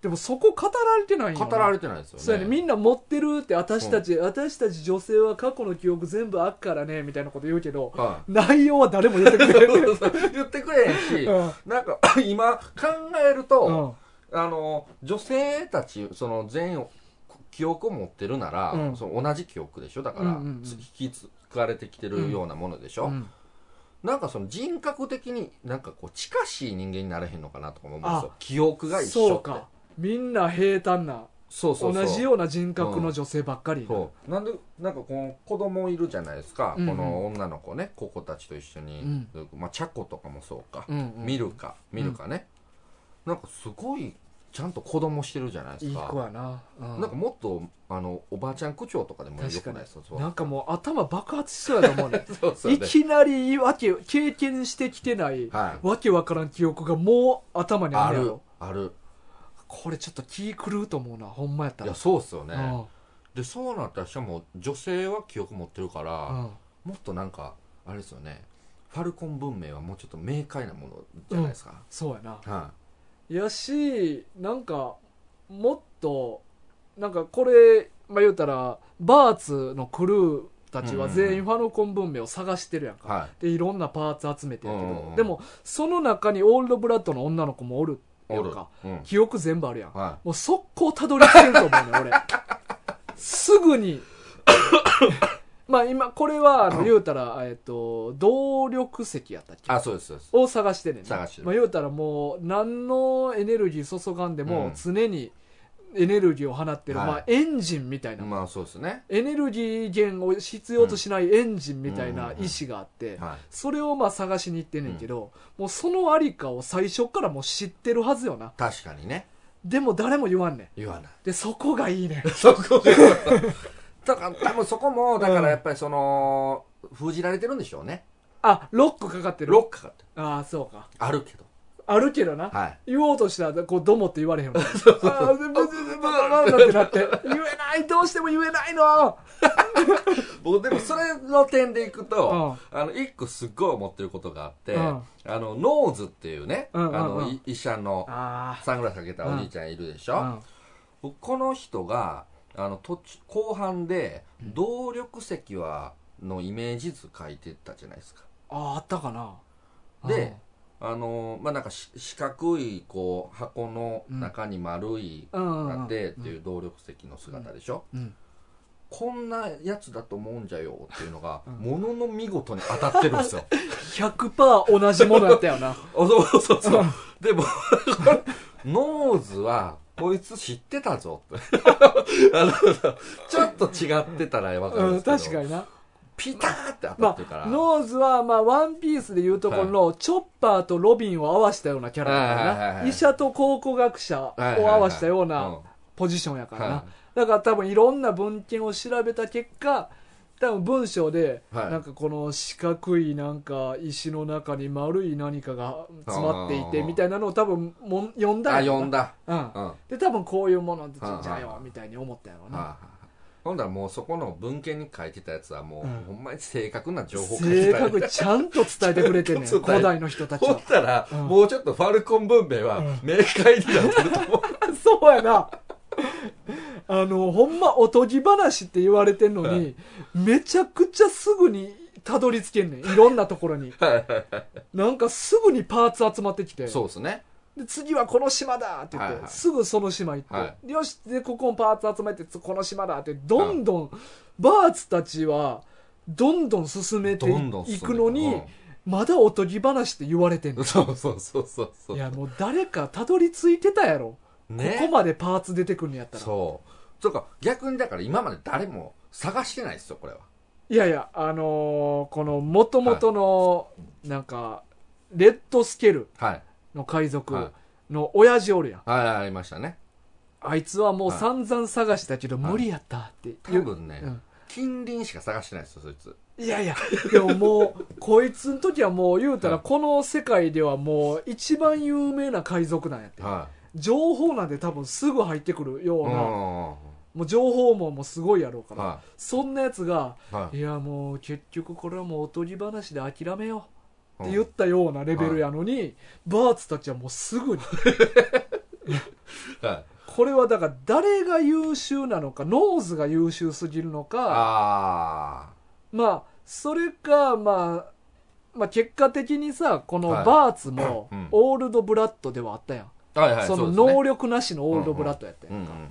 S1: でもそこ語られてない
S2: あ
S1: よな
S2: 語られてないですよね
S1: そうやねみんな持ってるって私たち、私たち女性は過去の記憶全部あっからねみたいなこと言うけど
S2: は
S1: 内容は誰も言ってくれない、
S2: い、 [LAUGHS] 言ってくれへんし、
S1: うん
S2: なんか [COUGHS] 今考える
S1: う
S2: と、
S1: ん
S2: あの女性たちその全記憶を持ってるなら、
S1: うん
S2: その同じ記憶でしょだから、
S1: うんうんうん
S2: つ引き継がれてきてるようなものでしょ、
S1: うん
S2: なんかその人格的になんかこう近しい人間になれへんのかなとかも思うんですよ
S1: あ
S2: 記憶が一
S1: そ
S2: 緒
S1: う
S2: って
S1: かみんな平坦な
S2: そうそうそう
S1: 同じような人格の女性ばっかり、
S2: そうなんでなんかこの子供いるじゃないですか、
S1: うんうん
S2: この女の子ねココたちと一緒に、まあチャコとかもそうか、
S1: うんうん
S2: 見るか見るかね、なんかすごいちゃんと子供してるじゃないで
S1: い
S2: す
S1: い
S2: か
S1: 子やな、うん
S2: なんかもっとあのおばあちゃん口調とかでもよ
S1: 確
S2: く
S1: か
S2: ない
S1: に
S2: ですか
S1: なんかもう頭爆発しそうやと思うね
S2: そう [LAUGHS] そう
S1: い
S2: ね
S1: きなりわけ経験してきてない、
S2: はい
S1: わけわからん記憶がもう頭にあ
S2: あ
S1: るや
S2: る
S1: ろ
S2: ある
S1: これちょっと気狂うと思うなほんまやった
S2: い
S1: ら
S2: やそうっすよね、
S1: うん
S2: でそうなったらしかも女性は記憶持ってるから、
S1: うん
S2: もっとなんかあれですよねファルコン文明はもうちょっと明快なものじゃないですか、
S1: そうやな
S2: はい
S1: やしなんかもっとなんかこれ、まあ、言うたらバーツのクルーたちは全員ファルコン文明を探してるやんか、
S2: はい
S1: でいろんなパーツ集めてやけど、
S2: うんうんうん
S1: でもその中にオールドブラッドの女の子もおるや
S2: お
S1: ん
S2: る
S1: か、
S2: うん
S1: 記憶全部あるやん、
S2: は
S1: もう速攻たどり着けると思うね俺すぐ
S2: [COUGHS]
S1: にまあ今これはあの言うたら、えっと動力石やったっけ
S2: いあそうですそうです
S1: を探してんねんな
S2: 探してる
S1: まあ、言うたらもう何のエネルギー注がんで
S2: う
S1: も
S2: ん
S1: 常にエネルギーを放ってる、
S2: はい
S1: まあ、エンジンみたいな、
S2: まあそうですね
S1: エネルギー源を必要としないエンジンみたいな
S2: うん
S1: 意志があって、
S2: はい
S1: それをまあ探しに行ってんねんけど、もうそのありかを最初からもう知ってるはずよな
S2: 確かにね
S1: でも誰も言わんねん
S2: 言わない
S1: でそこがいいねん
S2: [LAUGHS] そこがだから多分そこもだからやっぱりその封じられてるんでしょうね
S1: あロックかかってる
S2: ロックかかってる
S1: ああそうか
S2: あるけど
S1: あるけどな、
S2: はい
S1: 言おうとしたら、こう、どもって言われへんわ。あーブズブズブズブズってなって。言えないどうしても言えないの
S2: 僕でもそれの点でいくと、あの一個すっごい思ってることがあって、
S1: うん
S2: あのノーズっていうね、
S1: うんうんうん
S2: あのい医者の
S1: あ
S2: サングラスかけたお兄ちゃんいるでしょ、
S1: あ。
S2: 僕この人があの途中後半で動力石はのイメージ図書いてたじゃないですか
S1: ああったかな
S2: で、あのまあなんかし四角いこう箱の中に丸い
S1: うんうんうん
S2: あってっていう動力石の姿でしょ、
S1: うん
S2: こんなやつだと思うんじゃよっていうのが、ものの見事に当たってるんですよ
S1: 100%同じものやったよな
S2: あそうそうそうでも [LAUGHS] ノーズはこいつ知ってた [LAUGHS] ぞってあのちょっと違ってたら分かる
S1: うんん
S2: ですけど、
S1: 確かにな
S2: ピターって当た
S1: ま
S2: ってるから、
S1: あ、ノーズは、まあ、ワンピースでいうところの、チョッパーとロビンを合わせたようなキャラだ
S2: はいはい
S1: か
S2: はい
S1: ら
S2: は
S1: な。
S2: い
S1: 医者と考古学者を合わせたようなポジションやからな。だから多分いろんな文献を調べた結果、多分文章で、
S2: はい
S1: なんかこの四角いなんか石の中に丸い何かが詰まっていて
S2: あー
S1: みたいなのを多分もん読ん
S2: うん、
S1: だ
S2: あ
S1: んやろ
S2: 読
S1: なん
S2: だ、
S1: うん
S2: うん、
S1: で多分こういうものじ
S2: は
S1: ゃ
S2: い
S1: じゃよ
S2: はい
S1: みたいに思ったやろな
S2: ああほんだらもうそこの文献に書いてたやつはもう、
S1: うん
S2: ほんまに正確な情報書いて
S1: 正
S2: たやつ
S1: 確にちゃんと伝えてくれてんねん
S2: [LAUGHS] ちゃんと伝え
S1: 古代の人たち
S2: ほ
S1: は
S2: ったら、
S1: うん
S2: もうちょっとファルコン文明は明快になってると
S1: [LAUGHS]
S2: 思う。
S1: そうやなあのほんまおとぎ話って言われてんのにめちゃくちゃすぐにたどり着けんねんいろんなところになんかすぐにパーツ集まってきて
S2: そうですね。
S1: で次はこの島だって言って、
S2: はいはい
S1: すぐその島行って、
S2: は
S1: よしでここのパーツ集めてつこの島だってどんどん、バーツたちはどんどん進めてい
S2: どんどん進んで
S1: いくのに、まだおとぎ話って言われてん
S2: う
S1: の
S2: んそうそうそうそうそ。
S1: いうやもう誰かたどり着いてたやろ、
S2: ね
S1: ここまでパーツ出てくるんやったら
S2: そう。とか、逆にだから今まで誰も探してないですよ、これは。
S1: いやいやあのーこのもともとの、なんかレッドスケル
S2: はい。
S1: の海賊
S2: は
S1: の親父おるやん、
S2: はい、ありましたね。
S1: あいつはもう
S2: はい
S1: 散々探したけど
S2: はい
S1: 無理やったって
S2: 多
S1: 言う
S2: 分ね、
S1: うん
S2: 近隣しか探してないですよ、そいつ。
S1: いやいや、でももう、こいつの時はもう言うたら、
S2: はい
S1: この世界ではもう一番有名な海賊なんやって。
S2: は
S1: 情報なんて多分すぐ入ってくるよ
S2: い。
S1: う
S2: うん
S1: な、もう情報網もすごいやろうから、
S2: は
S1: そんなやつが、
S2: い。はい
S1: やもう結局これはもうおとぎ話で諦めよう
S2: い。
S1: って言ったようなレベルやのに、バーツたちはもうすぐに、
S2: はい。
S1: これはだから誰が優秀なのか、ノーズが優秀すぎるのか、
S2: あ
S1: まあそれか、まあ、まあ結果的にさこの
S2: はい
S1: バーツも
S2: うん
S1: オールドブラッドではあったやん、
S2: あ。はいはい。
S1: その
S2: うですね
S1: 能力なしのオールドブラッドやったやん
S2: うんうん
S1: か、
S2: うん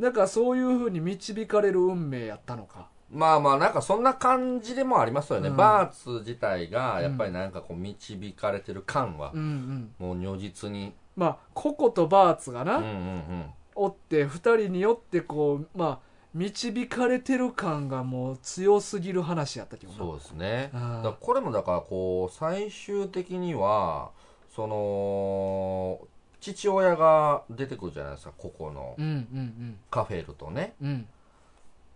S1: だからそういうふうに導かれる運命やったのか
S2: まあまあなんかそんな感じでもありますよね、
S1: うん
S2: バーツ自体がやっぱりなんかこう導かれてる感は
S1: うんうん
S2: もう如実に、
S1: まあココとバーツがな、
S2: うんうんうん
S1: おって2人によってこうまあ導かれてる感がもう強すぎる話やったけどな
S2: そうですね
S1: あ
S2: だか
S1: ー
S2: らこれもだからこう最終的にはその父親が出てくるじゃないですかここの
S1: うんうん
S2: カフェルとね
S1: うんうん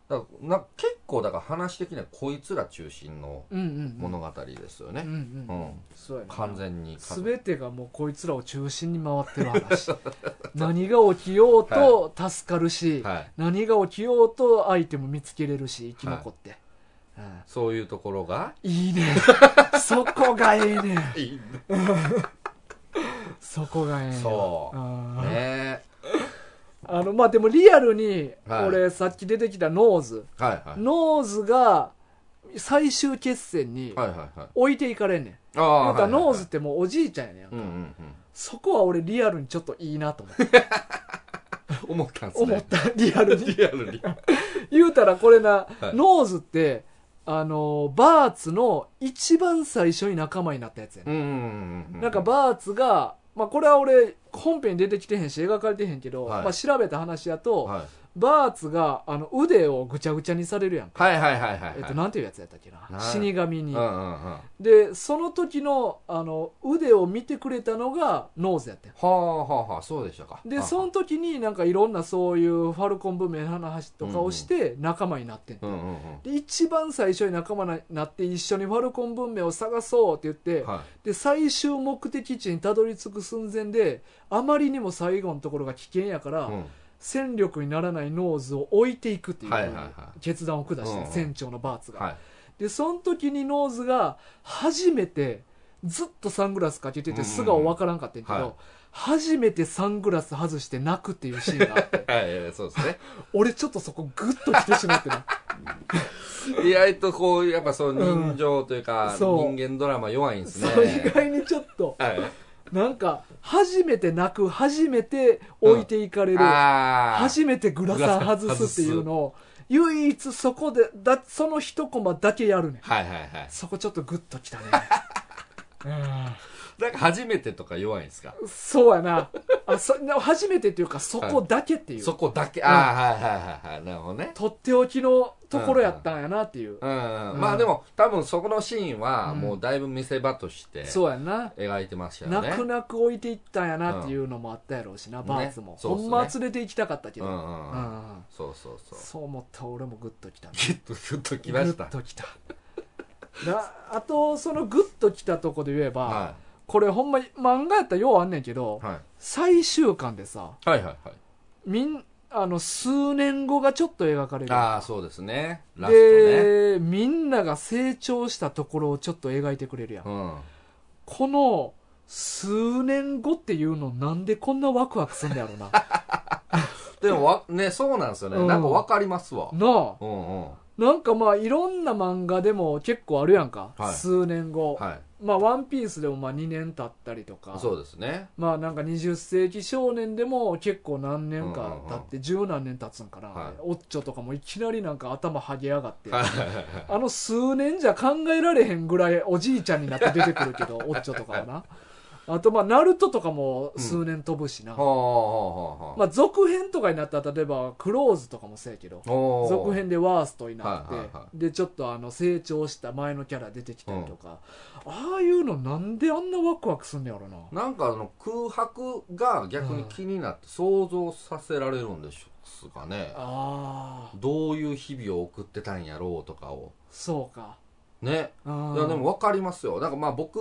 S2: だからなんか結構だから話的にはこいつら中心の
S1: うんうん
S2: 物語ですよ
S1: う
S2: ね、
S1: んうん
S2: うん
S1: そうやな
S2: 完全に
S1: 全てがもうこいつらを中心に回ってる
S2: [LAUGHS]
S1: 話何が起きようと助かるし、
S2: はい、
S1: 何が起きようとアイテム見つけれるし生き残って、
S2: そういうところが
S1: うんいいねそこがいいねそこがいいね
S2: そう
S1: あー
S2: ね
S1: あのまあでもリアルに
S2: はい
S1: 俺さっき出てきたノーズ、
S2: はいはい
S1: ノーズが最終決戦に
S2: はいはいはい。
S1: 置いていかれんねん、
S2: ああ
S1: またノーズっ
S2: って
S1: もうおじいちゃんやねん、
S2: うんうんうん。
S1: そこは俺リアルにちょっといいなと思って
S2: 思ったんすね。
S1: 思ったリアルに [LAUGHS]
S2: リアルに。
S1: 言うたらこれな、
S2: はい
S1: ノーズってあのバーツの一番最初に仲間になったやつやね、
S2: うんうんうん。
S1: なんかバーツが、まあ、これは俺本編に出てきてへんし描かれてへんけど、
S2: はい
S1: まあ、調べた話やと、
S2: はい
S1: バーツがあの腕をぐちゃぐちゃにされるやんか、
S2: はいはいはいはいはい。
S1: えっと、なんていうやつやったっけな、
S2: はい
S1: 死神
S2: う
S1: に、
S2: んうんうん。は
S1: でその時のあの腕を見てくれたのがノーズやったよ
S2: あはあはあ、そうでしたか。
S1: で
S2: あ
S1: その時になんかいろんなそういうファルコン文明の話とかをして仲間になってんの
S2: うんうんうん。
S1: で一番最初に仲間になって一緒にファルコン文明を探そうって言って、
S2: は
S1: で最終目的地にたどり着く寸前であまりにも最後のところが危険やから、
S2: い。うん
S1: 戦力にならないノーズを置いていくっていう
S2: はいはいはい
S1: 決断を下して、
S2: うんうん
S1: 船長のバーツが、
S2: はい。
S1: でその時にノーズが初めてずっとサングラスかけて
S2: うんう
S1: て
S2: んうん
S1: 素顔わからんかったんやけど、
S2: はい
S1: 初めてサングラス外して泣くっていうシーンがあ
S2: [LAUGHS]
S1: って
S2: はいはい、そうですね。
S1: 俺ちょっとそこグッと来てしまってる
S2: 意外とこう、やっぱその人情というか
S1: うん、そう
S2: 人間ドラマ弱いんですね。
S1: そう意外にちょっと
S2: はい。
S1: なんか初めて泣く初めて置いていかれる、
S2: ああ。
S1: 初めてグラサン外すっていうのを唯一そこでだその一コマだけやるねん
S2: はいはいはい。 [LAUGHS]
S1: そこちょっとグッときたね
S2: なんか初めてとか弱いんですか
S1: そうやなあそ初めてっていうかそこだけっていう、
S2: そこだけ、ああ、はいはいはいはい。なるほどね。
S1: とっておきのところやったんやなっていう、
S2: うん、
S1: うん
S2: まあでも、多分そこのシーンは、
S1: うん
S2: もうだいぶ見せ場として、
S1: そうやな
S2: 描いてましたよね。
S1: 泣く泣く置いていったんやなっていうのもあったやろうしな、
S2: ん
S1: バーツも、
S2: ねそうっ
S1: ほ
S2: すね
S1: んまは連れて行きたかったけ
S2: う
S1: ど、うん
S2: んうん。そうそうそう。
S1: そう思った俺もグッときた
S2: ギュッとギュッときました。
S1: グッときただあとそのグッときたとこで言えば、
S2: は
S1: これほんまに漫画やったらようあんねんけど、
S2: い。はい。
S1: 最終巻でさ
S2: はいはいはい。
S1: みんあの数年後がちょっと描かれる
S2: ああ、そうですね。ラス
S1: で、みんなが成長したところをちょっと描いてくれるやん、
S2: トね。うん。
S1: この数年後っていうのなんでこんなワクワクすんだや
S2: [LAUGHS]
S1: ろなな
S2: でもわ、ね、そうなんですよね。
S1: うん
S2: なんかわかりますわ。
S1: あ
S2: うんうん。
S1: なんかまあいろんな漫画でも結構あるやんか、
S2: はい
S1: 数年後、
S2: はい。
S1: まあ「ワンピースでもまあ2年経ったりとか
S2: そうですね。
S1: まあなんか20世紀少年でも結構何年か経って十何年経つんかな、
S2: はい
S1: オッチョとかもいきなりなんか頭はげやがって、
S2: はいはいはいはい。
S1: あの数年じゃ考えられへんぐらいおじいちゃんになって出てくる
S2: [LAUGHS]
S1: けどオッチョとかはなあとまあナルトとかも数年飛ぶしな、
S2: はあはあはあはあ。
S1: まあ、続編とかになったら例えばクローズとかもせやけど
S2: おー
S1: 続編でワーストになって、
S2: はいはいは
S1: でちょっとあの成長した前のキャラ出てきたりとか、ああいうのなんであんなワクワクすんのやろな
S2: なんかあの空白が逆に気になって想像させられるんですかね、
S1: ああ
S2: どういう日々を送ってたんやろうとかを
S1: そうか
S2: ね、
S1: うん
S2: いやでも分かりますよなんかまあ僕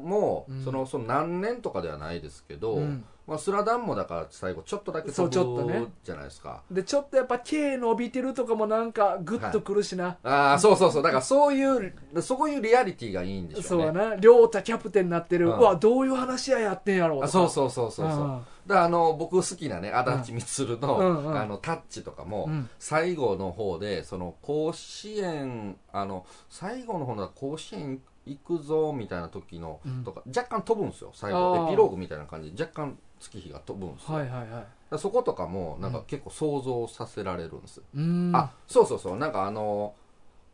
S2: も
S1: うん
S2: そのその何年とかではないですけど、
S1: うん
S2: まあ、スラダンもだから最後ちょっとだけ
S1: そうちょっと
S2: 飛
S1: ね
S2: ぶじゃないですか、
S1: でちょっとやっぱ毛伸びてるとかもなんかグッとくるしな、
S2: ああそうそうそうだからそういうそういうリアリティがいいんでしょ
S1: そうう
S2: ね
S1: やな亮太キャプテンになってる、
S2: うん
S1: うわどういう話ややってんやろとか
S2: あそうそうそうそうそうだ
S1: う
S2: からあの僕好きなね足立光の,、
S1: うんうん
S2: あのタッチとかも、
S1: んうん
S2: 最後の方でその甲子園あの最後の方の甲子園行くぞみたいな時の、
S1: うん
S2: とか若干飛ぶんですよ最
S1: あ
S2: 後
S1: ー
S2: エピローグみたいな感じで若干月日が飛ぶんですよ、
S1: はい
S2: だか
S1: はいはい
S2: らそことかもなんか結構想像させられるんです、
S1: うーん
S2: あそうそうそうなんかあの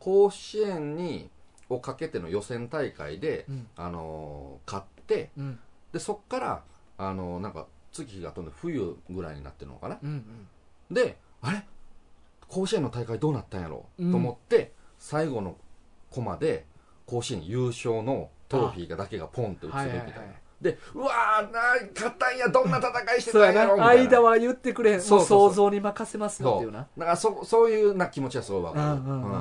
S2: 甲子園にをかけての予選大会で、
S1: うん
S2: あの勝って
S1: うん
S2: でそっからあのなんか月日が飛んで冬ぐらいになってるのかな
S1: うんうん
S2: であれ甲子園の大会どうなったんやろう、
S1: うん
S2: と思って最後のコマで甲子園優勝のトロフィーがだけがポンって映るみた
S1: あは
S2: いな、
S1: いはいはい
S2: でうわーな勝ったんやどんな戦いして
S1: そう
S2: た
S1: や
S2: んやろみ
S1: な
S2: たいな
S1: 間は言ってくれへん
S2: そうそうそう
S1: もう想像に任せますよっ
S2: そ
S1: ていううな
S2: だからそそういうな気持ちはすごいわかる
S1: うんうんうんうん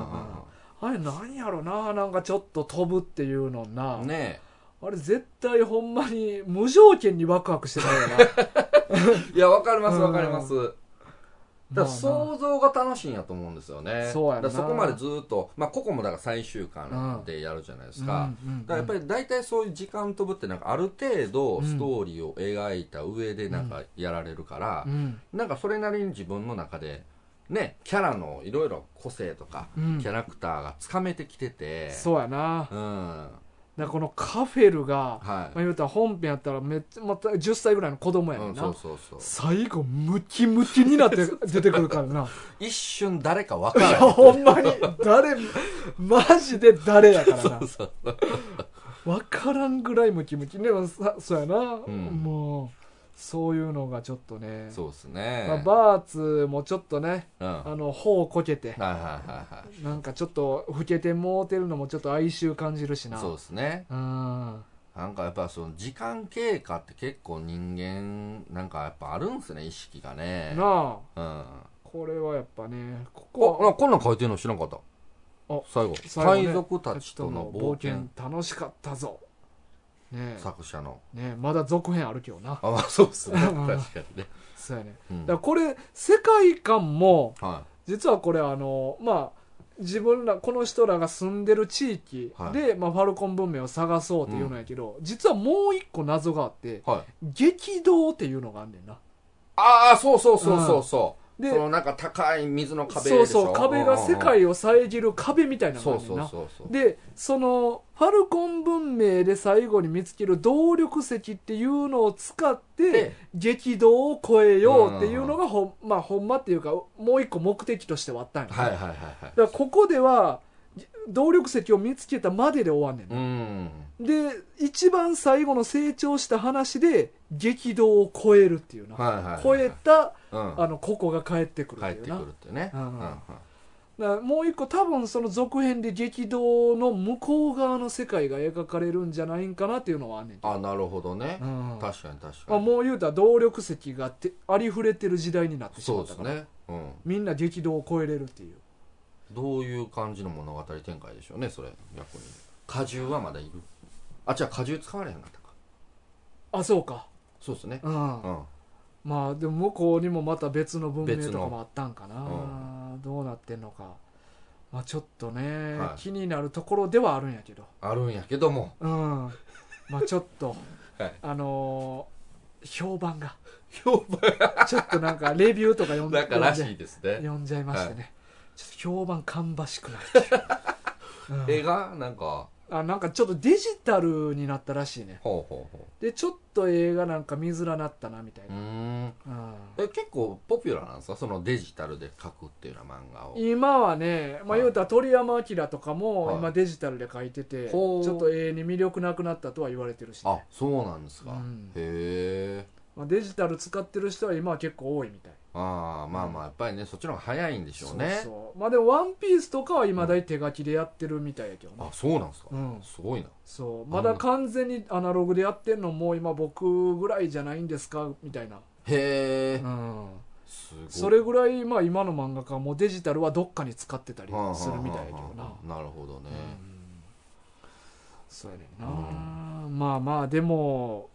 S1: あれなんやろななんかちょっと飛ぶっていうのな、
S2: うんね
S1: あれ絶対ほんまに無条件にワクワクしてない [LAUGHS] よな
S2: えいやわかります
S1: うん
S2: わかります、だから想像が楽しいんやと思うんですよね
S1: そうやな
S2: だからそこまでずっと、まあ、ここもだから最終巻でやるじゃないですか、
S1: うんうんうん
S2: だからやっぱり大体そういう時間飛ぶってなんかある程度ストーリーを描いた上でなんかやられるから
S1: う、ん
S2: なんかそれなりに自分の中でねキャラのいろいろ個性とか、
S1: うん
S2: キャラクターがつかめてきてて
S1: そうやな
S2: うんは
S1: だからこのカフェルが、まあ、
S2: い、
S1: 言うたら本編やったらめっちゃまた10歳ぐらいの子供やね
S2: うんん、
S1: な、
S2: そうそうそう
S1: 最後ムキムキにな
S2: [LAUGHS]
S1: って出てくるからな
S2: 一瞬誰か分か
S1: い
S2: ら
S1: や
S2: ない
S1: ほんまに誰マジで誰やからな
S2: そう
S1: 分からんぐらいムキムキでもさそうやな、
S2: ん
S1: もうそういうのがちょっとね
S2: そうですね、
S1: まあ、バーツもちょっとね
S2: うんはい
S1: あの頬をこけて
S2: はいはいは
S1: なんかちょっと老けてもうてるのもちょっと哀愁感じるし
S2: い
S1: な
S2: そうですね
S1: うん
S2: なんかやっぱその時間経過って結構人間なんかやっぱあるんですね意識がね
S1: なあ
S2: うん
S1: これはやっぱねこ
S2: あな
S1: こ
S2: んかこんなん書いてるの知らんかった
S1: あ
S2: 最後
S1: 最後ね
S2: 海賊たちとの冒険
S1: 楽しかったぞね
S2: 作者の
S1: えねえまだ続編あるけどな
S2: あまあそうっすね確
S1: うん
S2: かにね、
S1: そうやね
S2: う
S1: だ
S2: ん
S1: からこれ世界観も
S2: は
S1: 実はこれあのまあ自分らこの人らが住んでる地域で、まあ、ファルコン文明を探そうっていうのやけど、実はもう一個謎があって
S2: い、はい、
S1: 激動っていうのがあんねんな
S2: ああそうそうそうそうそう、
S1: で
S2: そのなんか高い水の壁でし
S1: そ
S2: ょ
S1: うそう壁が世
S2: を
S1: 界を遮る壁みたいなのがあん
S2: そう
S1: ねんな
S2: そうそうそう
S1: でそのファルコン文明で最後に見つける動力石っていうのを使って
S2: で
S1: 激動を超えようっていうのがほ,、まあ、ほんまっていうかもう一個目的としてはあったんや、
S2: はいはい
S1: だか
S2: はいはい
S1: らここでは動力石を見つけたまでで終わんねん
S2: う
S1: な、
S2: ん
S1: で一番最後の成長した話で激動を超えるっていうな、
S2: はいはいはいはい
S1: 超えた
S2: うん
S1: あの個々が帰ってくる
S2: 帰
S1: っ
S2: っ
S1: い
S2: て
S1: う
S2: て
S1: な
S2: くるってね、
S1: う
S2: うんん
S1: うん
S2: うん
S1: だからもう一個多分その続編で激動の向こう側の世界が描かれるんじゃないんかなっていうのはあんねんけど
S2: あなるほどね、
S1: うん
S2: 確かに確
S1: ま
S2: か
S1: あ、
S2: に、
S1: もう言うたら動力石がてありふれてる時代になってし
S2: そ
S1: ま
S2: う
S1: っ
S2: で
S1: た
S2: す
S1: から、
S2: ね、うん、
S1: みんな激動を超えれるっていう
S2: どういう感じの物語展開でしょうねそれ逆に果汁はまだいるあじゃあ果汁使われへんかったか
S1: あそうか
S2: そうですね
S1: うん
S2: うん
S1: まあでも向こうにもまた別の文明
S2: 別
S1: とか
S2: の
S1: もあったんかな、どうなってんのか、まあ、ちょっとね、
S2: はい
S1: 気になるところではあるんやけど
S2: あるんやけど [LAUGHS] も
S1: うんまあちょっと
S2: [LAUGHS] はい
S1: あのー評判が
S2: 評判
S1: ちょっとなんかレビューとか読ん
S2: なんからし
S1: 読ん
S2: いです
S1: じゃ
S2: ね
S1: 読んじゃいましてね、ちょっと評判芳しくないうん
S2: 映画なんか
S1: あなんかちょっとデジタルになったらしいね
S2: ほうほうほ
S1: でちょっと映画なんか見づらなったなみたいう
S2: う
S1: な、
S2: ー
S1: う
S2: ん
S1: ん
S2: え結構ポピュラーなんですかそのデジタルで描くっていうような漫画を
S1: 今はね、まあ、
S2: はい
S1: 言うたら鳥山明とかも
S2: はい
S1: 今デジタルで書いてて、ち
S2: ほう
S1: ょっと永遠に魅力なくなったとは言われてるしね、
S2: あそうなんです
S1: う
S2: か、
S1: ん
S2: へえ
S1: まあ、デジタル使ってる人は今は結構多いみたい
S2: ああまあまあやっぱりねそっちの方が早いんでしょうね
S1: そうそうまあでも「ワンピースとかは今だい手書きでやってるみたいやけどね
S2: あそうなんですか、
S1: うん
S2: すごいな
S1: そうまだ完全にアナログでやってんのも今僕ぐらいじゃないんですかみたいな、
S2: へえ、
S1: うん、
S2: すごい
S1: それぐらい、まあ、今の漫画家もデジタルはどっかに使ってたりするみたいやけどな、
S2: なるほどね、
S1: そうやねんな、まあまあでも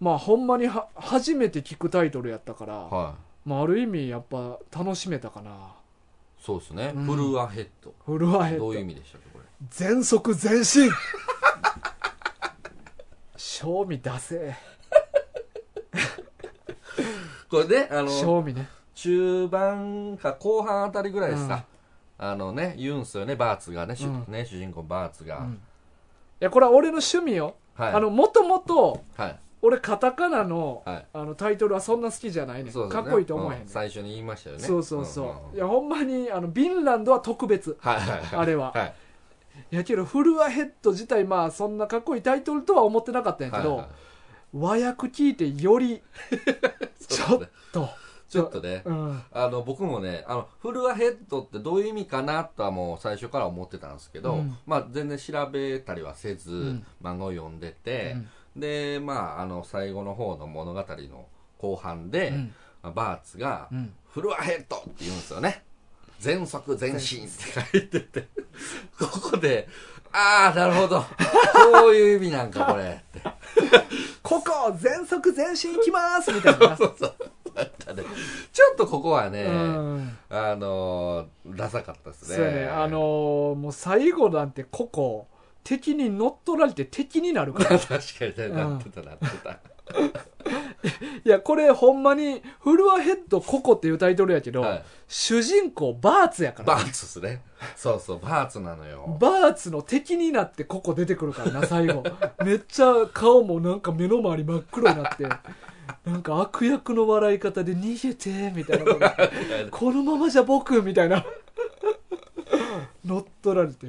S1: まあほんまには初めて聞くタイトルやったから、
S2: はい
S1: まあ、ある意味やっぱ楽しめたかな
S2: そうですね、
S1: うん
S2: フルアヘッド
S1: フルアヘッ
S2: ど
S1: ド
S2: ういう意味でしたっけこれ
S1: 全速前進 [LAUGHS] 賞味出せ
S2: これであの
S1: 賞味ね
S2: 中盤か後半あたりぐらいですか、あのね言うんすよねバーツがね,、主
S1: うん
S2: ね主人公バーツが、
S1: うんいやこれは俺の趣味よ、
S2: はい
S1: あのもともと
S2: はい
S1: 俺カタカナの,、
S2: はい
S1: あのタイトルはそんな好きじゃないねん
S2: そうです
S1: か
S2: ね
S1: っこいいと思えへん
S2: う
S1: ねん
S2: 最初に言いましたよね
S1: そうそうそう,、
S2: んん
S1: いやほんまにあのビンランドは特別
S2: はいはいはい
S1: あれは
S2: はい
S1: いやけどフルアヘッド自体まあそんなかっこいいタイトルとは思ってなかったんやけど、
S2: はいはい
S1: 和訳聞いてよりち
S2: [LAUGHS] そ
S1: ょ
S2: うで
S1: っと
S2: ちょっとね
S1: うん
S2: あの僕もねあのフルアヘッドってどういう意味かなとはもう最初から思ってたんですけど、
S1: うん
S2: まあ、全然調べたりはせず、
S1: ん
S2: 漫画を読んでて、でまああの最後の方の物語の後半で、
S1: うん
S2: バーツが
S1: うん
S2: 「フルアヘッド!」って言うんですよね「全速前進」って書い
S1: [LAUGHS]
S2: ててここで「ああなるほどそういう意味なんかこ
S1: [LAUGHS]
S2: れ」って
S1: ここ全速前進いきますみた
S2: [LAUGHS]
S1: いなな、
S2: ちょっとここはね、
S1: うん
S2: あのダサかったですね
S1: そうやねあのーもう最後なんてここ敵に乗っ取られて敵になる
S2: [LAUGHS]
S1: から
S2: [LAUGHS] 確かにね、なってたなってた。
S1: いやこれほんまにフルアヘッドここっていうタイトルやけど、
S2: はい
S1: 主人公 [LAUGHS] バーツやから
S2: バーツですね。そうそう、バーツなのよ。
S1: バーツの敵になってここ出てくるからな、
S2: [LAUGHS]
S1: 最後。めっちゃ顔もなんか目の周り真っ黒になって、なんか悪役の笑い方で逃げて、みたいな
S2: [LAUGHS]
S1: こと。このままじゃ僕、みたいな。 [LAUGHS] 乗っ取られて。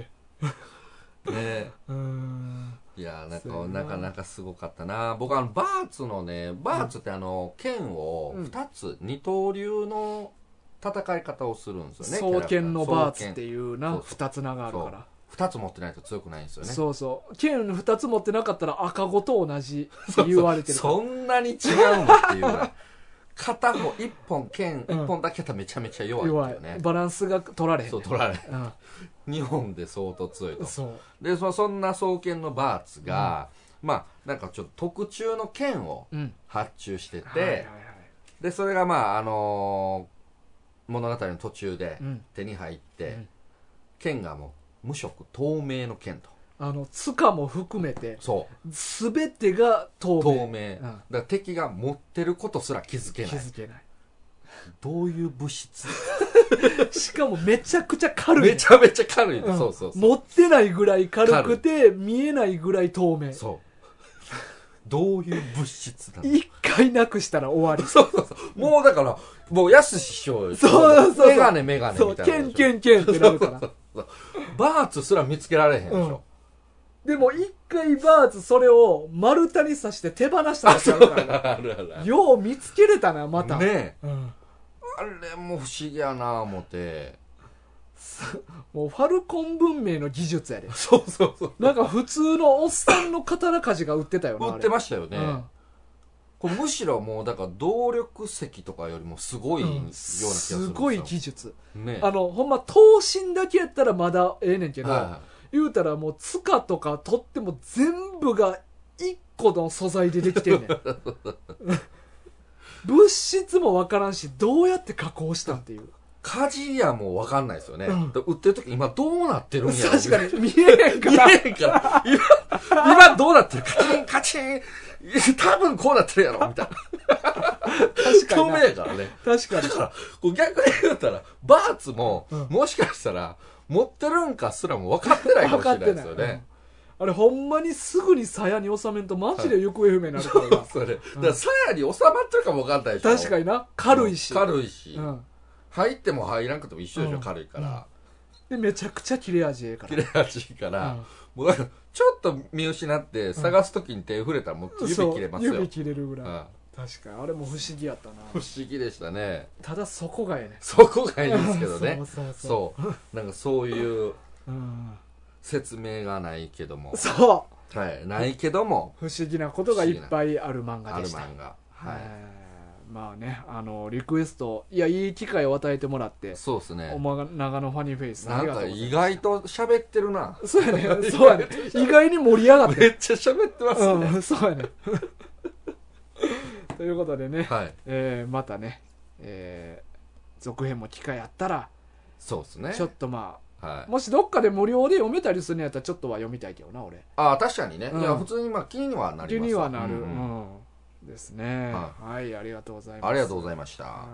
S2: ね
S1: うーん。
S2: いや、なん
S1: そうや
S2: か、
S1: な
S2: なかなかすごかったな。僕、あの、バーツのね、バーツってあの、剣を
S1: うん
S2: 二つ、二刀流の戦い方をするんですよね。
S1: 双剣のバーツって
S2: う。
S1: いうな、
S2: 双剣
S1: 二つ名があるから。
S2: 二つ持ってないと強くないんですよね。
S1: そうそう。剣二つ持ってなかったら赤子と同じって言われてる
S2: [LAUGHS]
S1: から。
S2: そんなに違うのっていうぐら
S1: [LAUGHS]
S2: い。片方、一本剣、
S1: うん
S2: 一本だけやったらめちゃめちゃ弱いっ
S1: 弱
S2: ていうね
S1: い。。バランスが取られへんね。
S2: そう、取られ。
S1: う
S2: 日本で相当強いと
S1: ん。。そう。
S2: でそそんな双剣のバーツが、まあなんかちょっと特注の剣を
S1: うん。
S2: 発注してて、
S1: はいはいはい
S2: でそれがまああのー物語の途中で
S1: うん
S2: 手に入って、
S1: うん
S2: 剣がもう無色透明の剣と
S1: あの、つかも含めて、
S2: そ
S1: すべてが透明
S2: う透明、
S1: ん
S2: だから敵が持ってることすら気づけない
S1: 気づけない
S2: どういう物質
S1: [LAUGHS] しかもめちゃくちゃ軽い
S2: めちゃめちゃ軽いね、
S1: うん
S2: そうそうそう
S1: 持ってないぐらい軽くて見えないぐらい透明
S2: そうどういう物質なの
S1: 一回なくしたら終わり
S2: そうそうそう。もうだから、もう安師匠よ
S1: そうそうそう
S2: メガネメガネ
S1: そ
S2: み
S1: う
S2: たいな。
S1: ケンケンケンってなるから
S2: バーツすら見つけられへんでしょ。
S1: でも一回バーツそれを丸太に刺して手放したらしいから
S2: あるあるあ
S1: な。
S2: る
S1: よう見つけれたな、また。
S2: ね
S1: う
S2: え
S1: ん、
S2: あれも不思議やな思って
S1: もうファルコン文明の技術やで。
S2: そうそうそう
S1: なんか普通のおっさんの刀鍛冶が売ってたよな。
S2: 売って
S1: ま
S2: ましたよね、これむしろもうだから動力石とかよりもすごいような気がするんですよ、
S1: すごい技術。
S2: ね
S1: あの、ほんま、刀身だけやったらまだええねんけど、
S2: はいはい
S1: 言うたらもう、塚とか取っても全部が一個の素材でできてんねん。
S2: [LAUGHS]
S1: 物質もわからんし、どうやって加工したんっていう。
S2: 家事やもう分かんないですよね、
S1: うん
S2: で売ってる時今どうなってるんやろ
S1: 確か
S2: [LAUGHS]
S1: に見えへんか
S2: 見
S1: ら。
S2: えへんから今今どうなってるカチンカチン多分こうなってるやろみたいな
S1: 確
S2: 透
S1: かに
S2: 明
S1: な。
S2: やからね
S1: 確かに
S2: だ。からこう逆に言ったらバーツも、
S1: うん
S2: もしかしたら持ってるんかすらも分かってないかもしれないですよ
S1: 分かってない
S2: ね、
S1: あれ、ほんまにすぐに鞘に収めんとマジで行方不明になるか
S2: そ
S1: ら
S2: う
S1: な。
S2: それだから鞘に収まってるかも分かんないでしょ
S1: 確かにな。軽いし。
S2: 軽いし、
S1: うん。
S2: 入っても入らなくても一緒でしょ、
S1: うん
S2: 軽いから、
S1: で、めちゃくちゃ切れ味ええか
S2: 切
S1: ら。
S2: れ味いいから、
S1: うん
S2: もうだからちょっと見失って探す時に手触れたらもう指
S1: そう
S2: 切れますよ、
S1: 指切れるぐらい。
S2: うん
S1: 確かに。あれも不思議やったな。
S2: 不思議でしたね
S1: ただそこがええねん。
S2: そこがいいですけどね
S1: [LAUGHS] そうそうそう
S2: そうなんかそういう
S1: うん
S2: 説明がないけども
S1: そう
S2: はいないけども
S1: 不思議なことがいっぱいある漫画
S2: あ
S1: で
S2: る
S1: した
S2: 漫画は
S1: えーまあねあのリクエストいやいい機会を与えてもらって
S2: いそうです
S1: お
S2: ね
S1: まが長野ファニーフェイスさん
S2: な
S1: あ
S2: ん
S1: りがと
S2: か
S1: うござい
S2: 意外と喋ってるな
S1: ますそうやねそうやね意外に盛り上がって
S2: めっちゃ喋ってますね
S1: うんそうやね [LAUGHS] ということでね、
S2: はい
S1: えーまたね、えー続編も機会あったら
S2: そうですね
S1: ちょっとま
S2: は
S1: あ
S2: い
S1: もしどっかで無料で読めたりするんやったらちょっとは読みたいけどな俺
S2: ああ確かにね
S1: うん
S2: いや普通にまあ気にはなり
S1: 気
S2: ます
S1: にはなる、
S2: う
S1: うん
S2: うん
S1: んですね
S2: は
S1: はい、ありがとうございます
S2: ありがとう
S1: う
S2: ございました
S1: は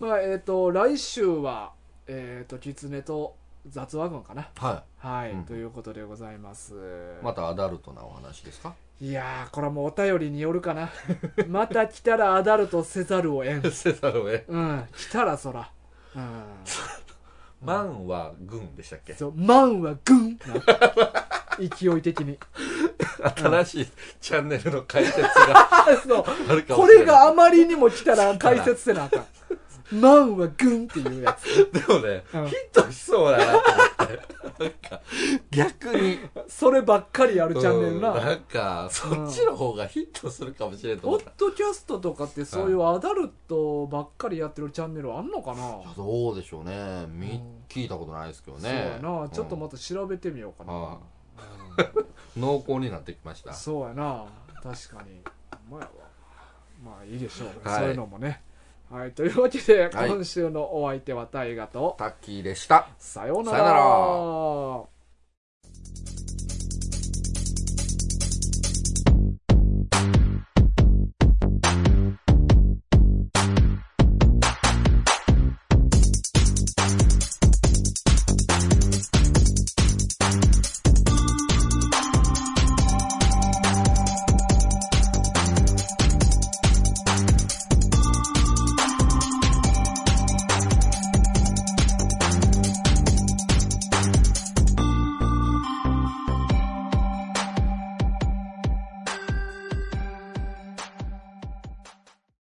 S1: いまあえっ、と来週はえっ、と狐と雑話群かな
S2: は
S1: はい、
S2: うん
S1: ということでございます
S2: いまたアダルトなお話で
S1: [LAUGHS]
S2: すか
S1: いやーこれはもうお便りによるかな [LAUGHS] また来たらアダルトせざるをえん
S2: せざるを得
S1: うん来たらそらうん
S2: [LAUGHS] マンは軍でしたっけ
S1: そう万は軍な勢い的に
S2: 新しいチャンネルの解説が
S1: あそう
S2: [LAUGHS] あるかも
S1: こ
S2: し
S1: れ
S2: れない
S1: があまりにも来たら解説せなあか
S2: [LAUGHS]
S1: ん。万は軍っていうやつ。
S2: でもね、
S1: うん
S2: ヒットしそうだなと思ってなんか逆に
S1: そればっかりやるチャンネル
S2: うん
S1: な。
S2: んかそっちの方がヒットするかもしれん
S1: ポ
S2: と思っ
S1: ッ
S2: た
S1: ドキャストとかってそういうアダルトばっかりやってるチャンネルあんのかな、
S2: いやどうでしょうねみ
S1: うん
S2: 聞いたことないですけど
S1: そうや
S2: ね
S1: な。ちょっと
S2: うん
S1: また調べてみようかな。
S2: は濃厚になってきました
S1: そうやな。確かに。ほんまやわまあいいでしょう、
S2: はい
S1: そういうのもね。はい。というわけで、
S2: はい
S1: 今週のお相手は大河と、
S2: タッキーでした
S1: さような
S2: さよう
S1: ら。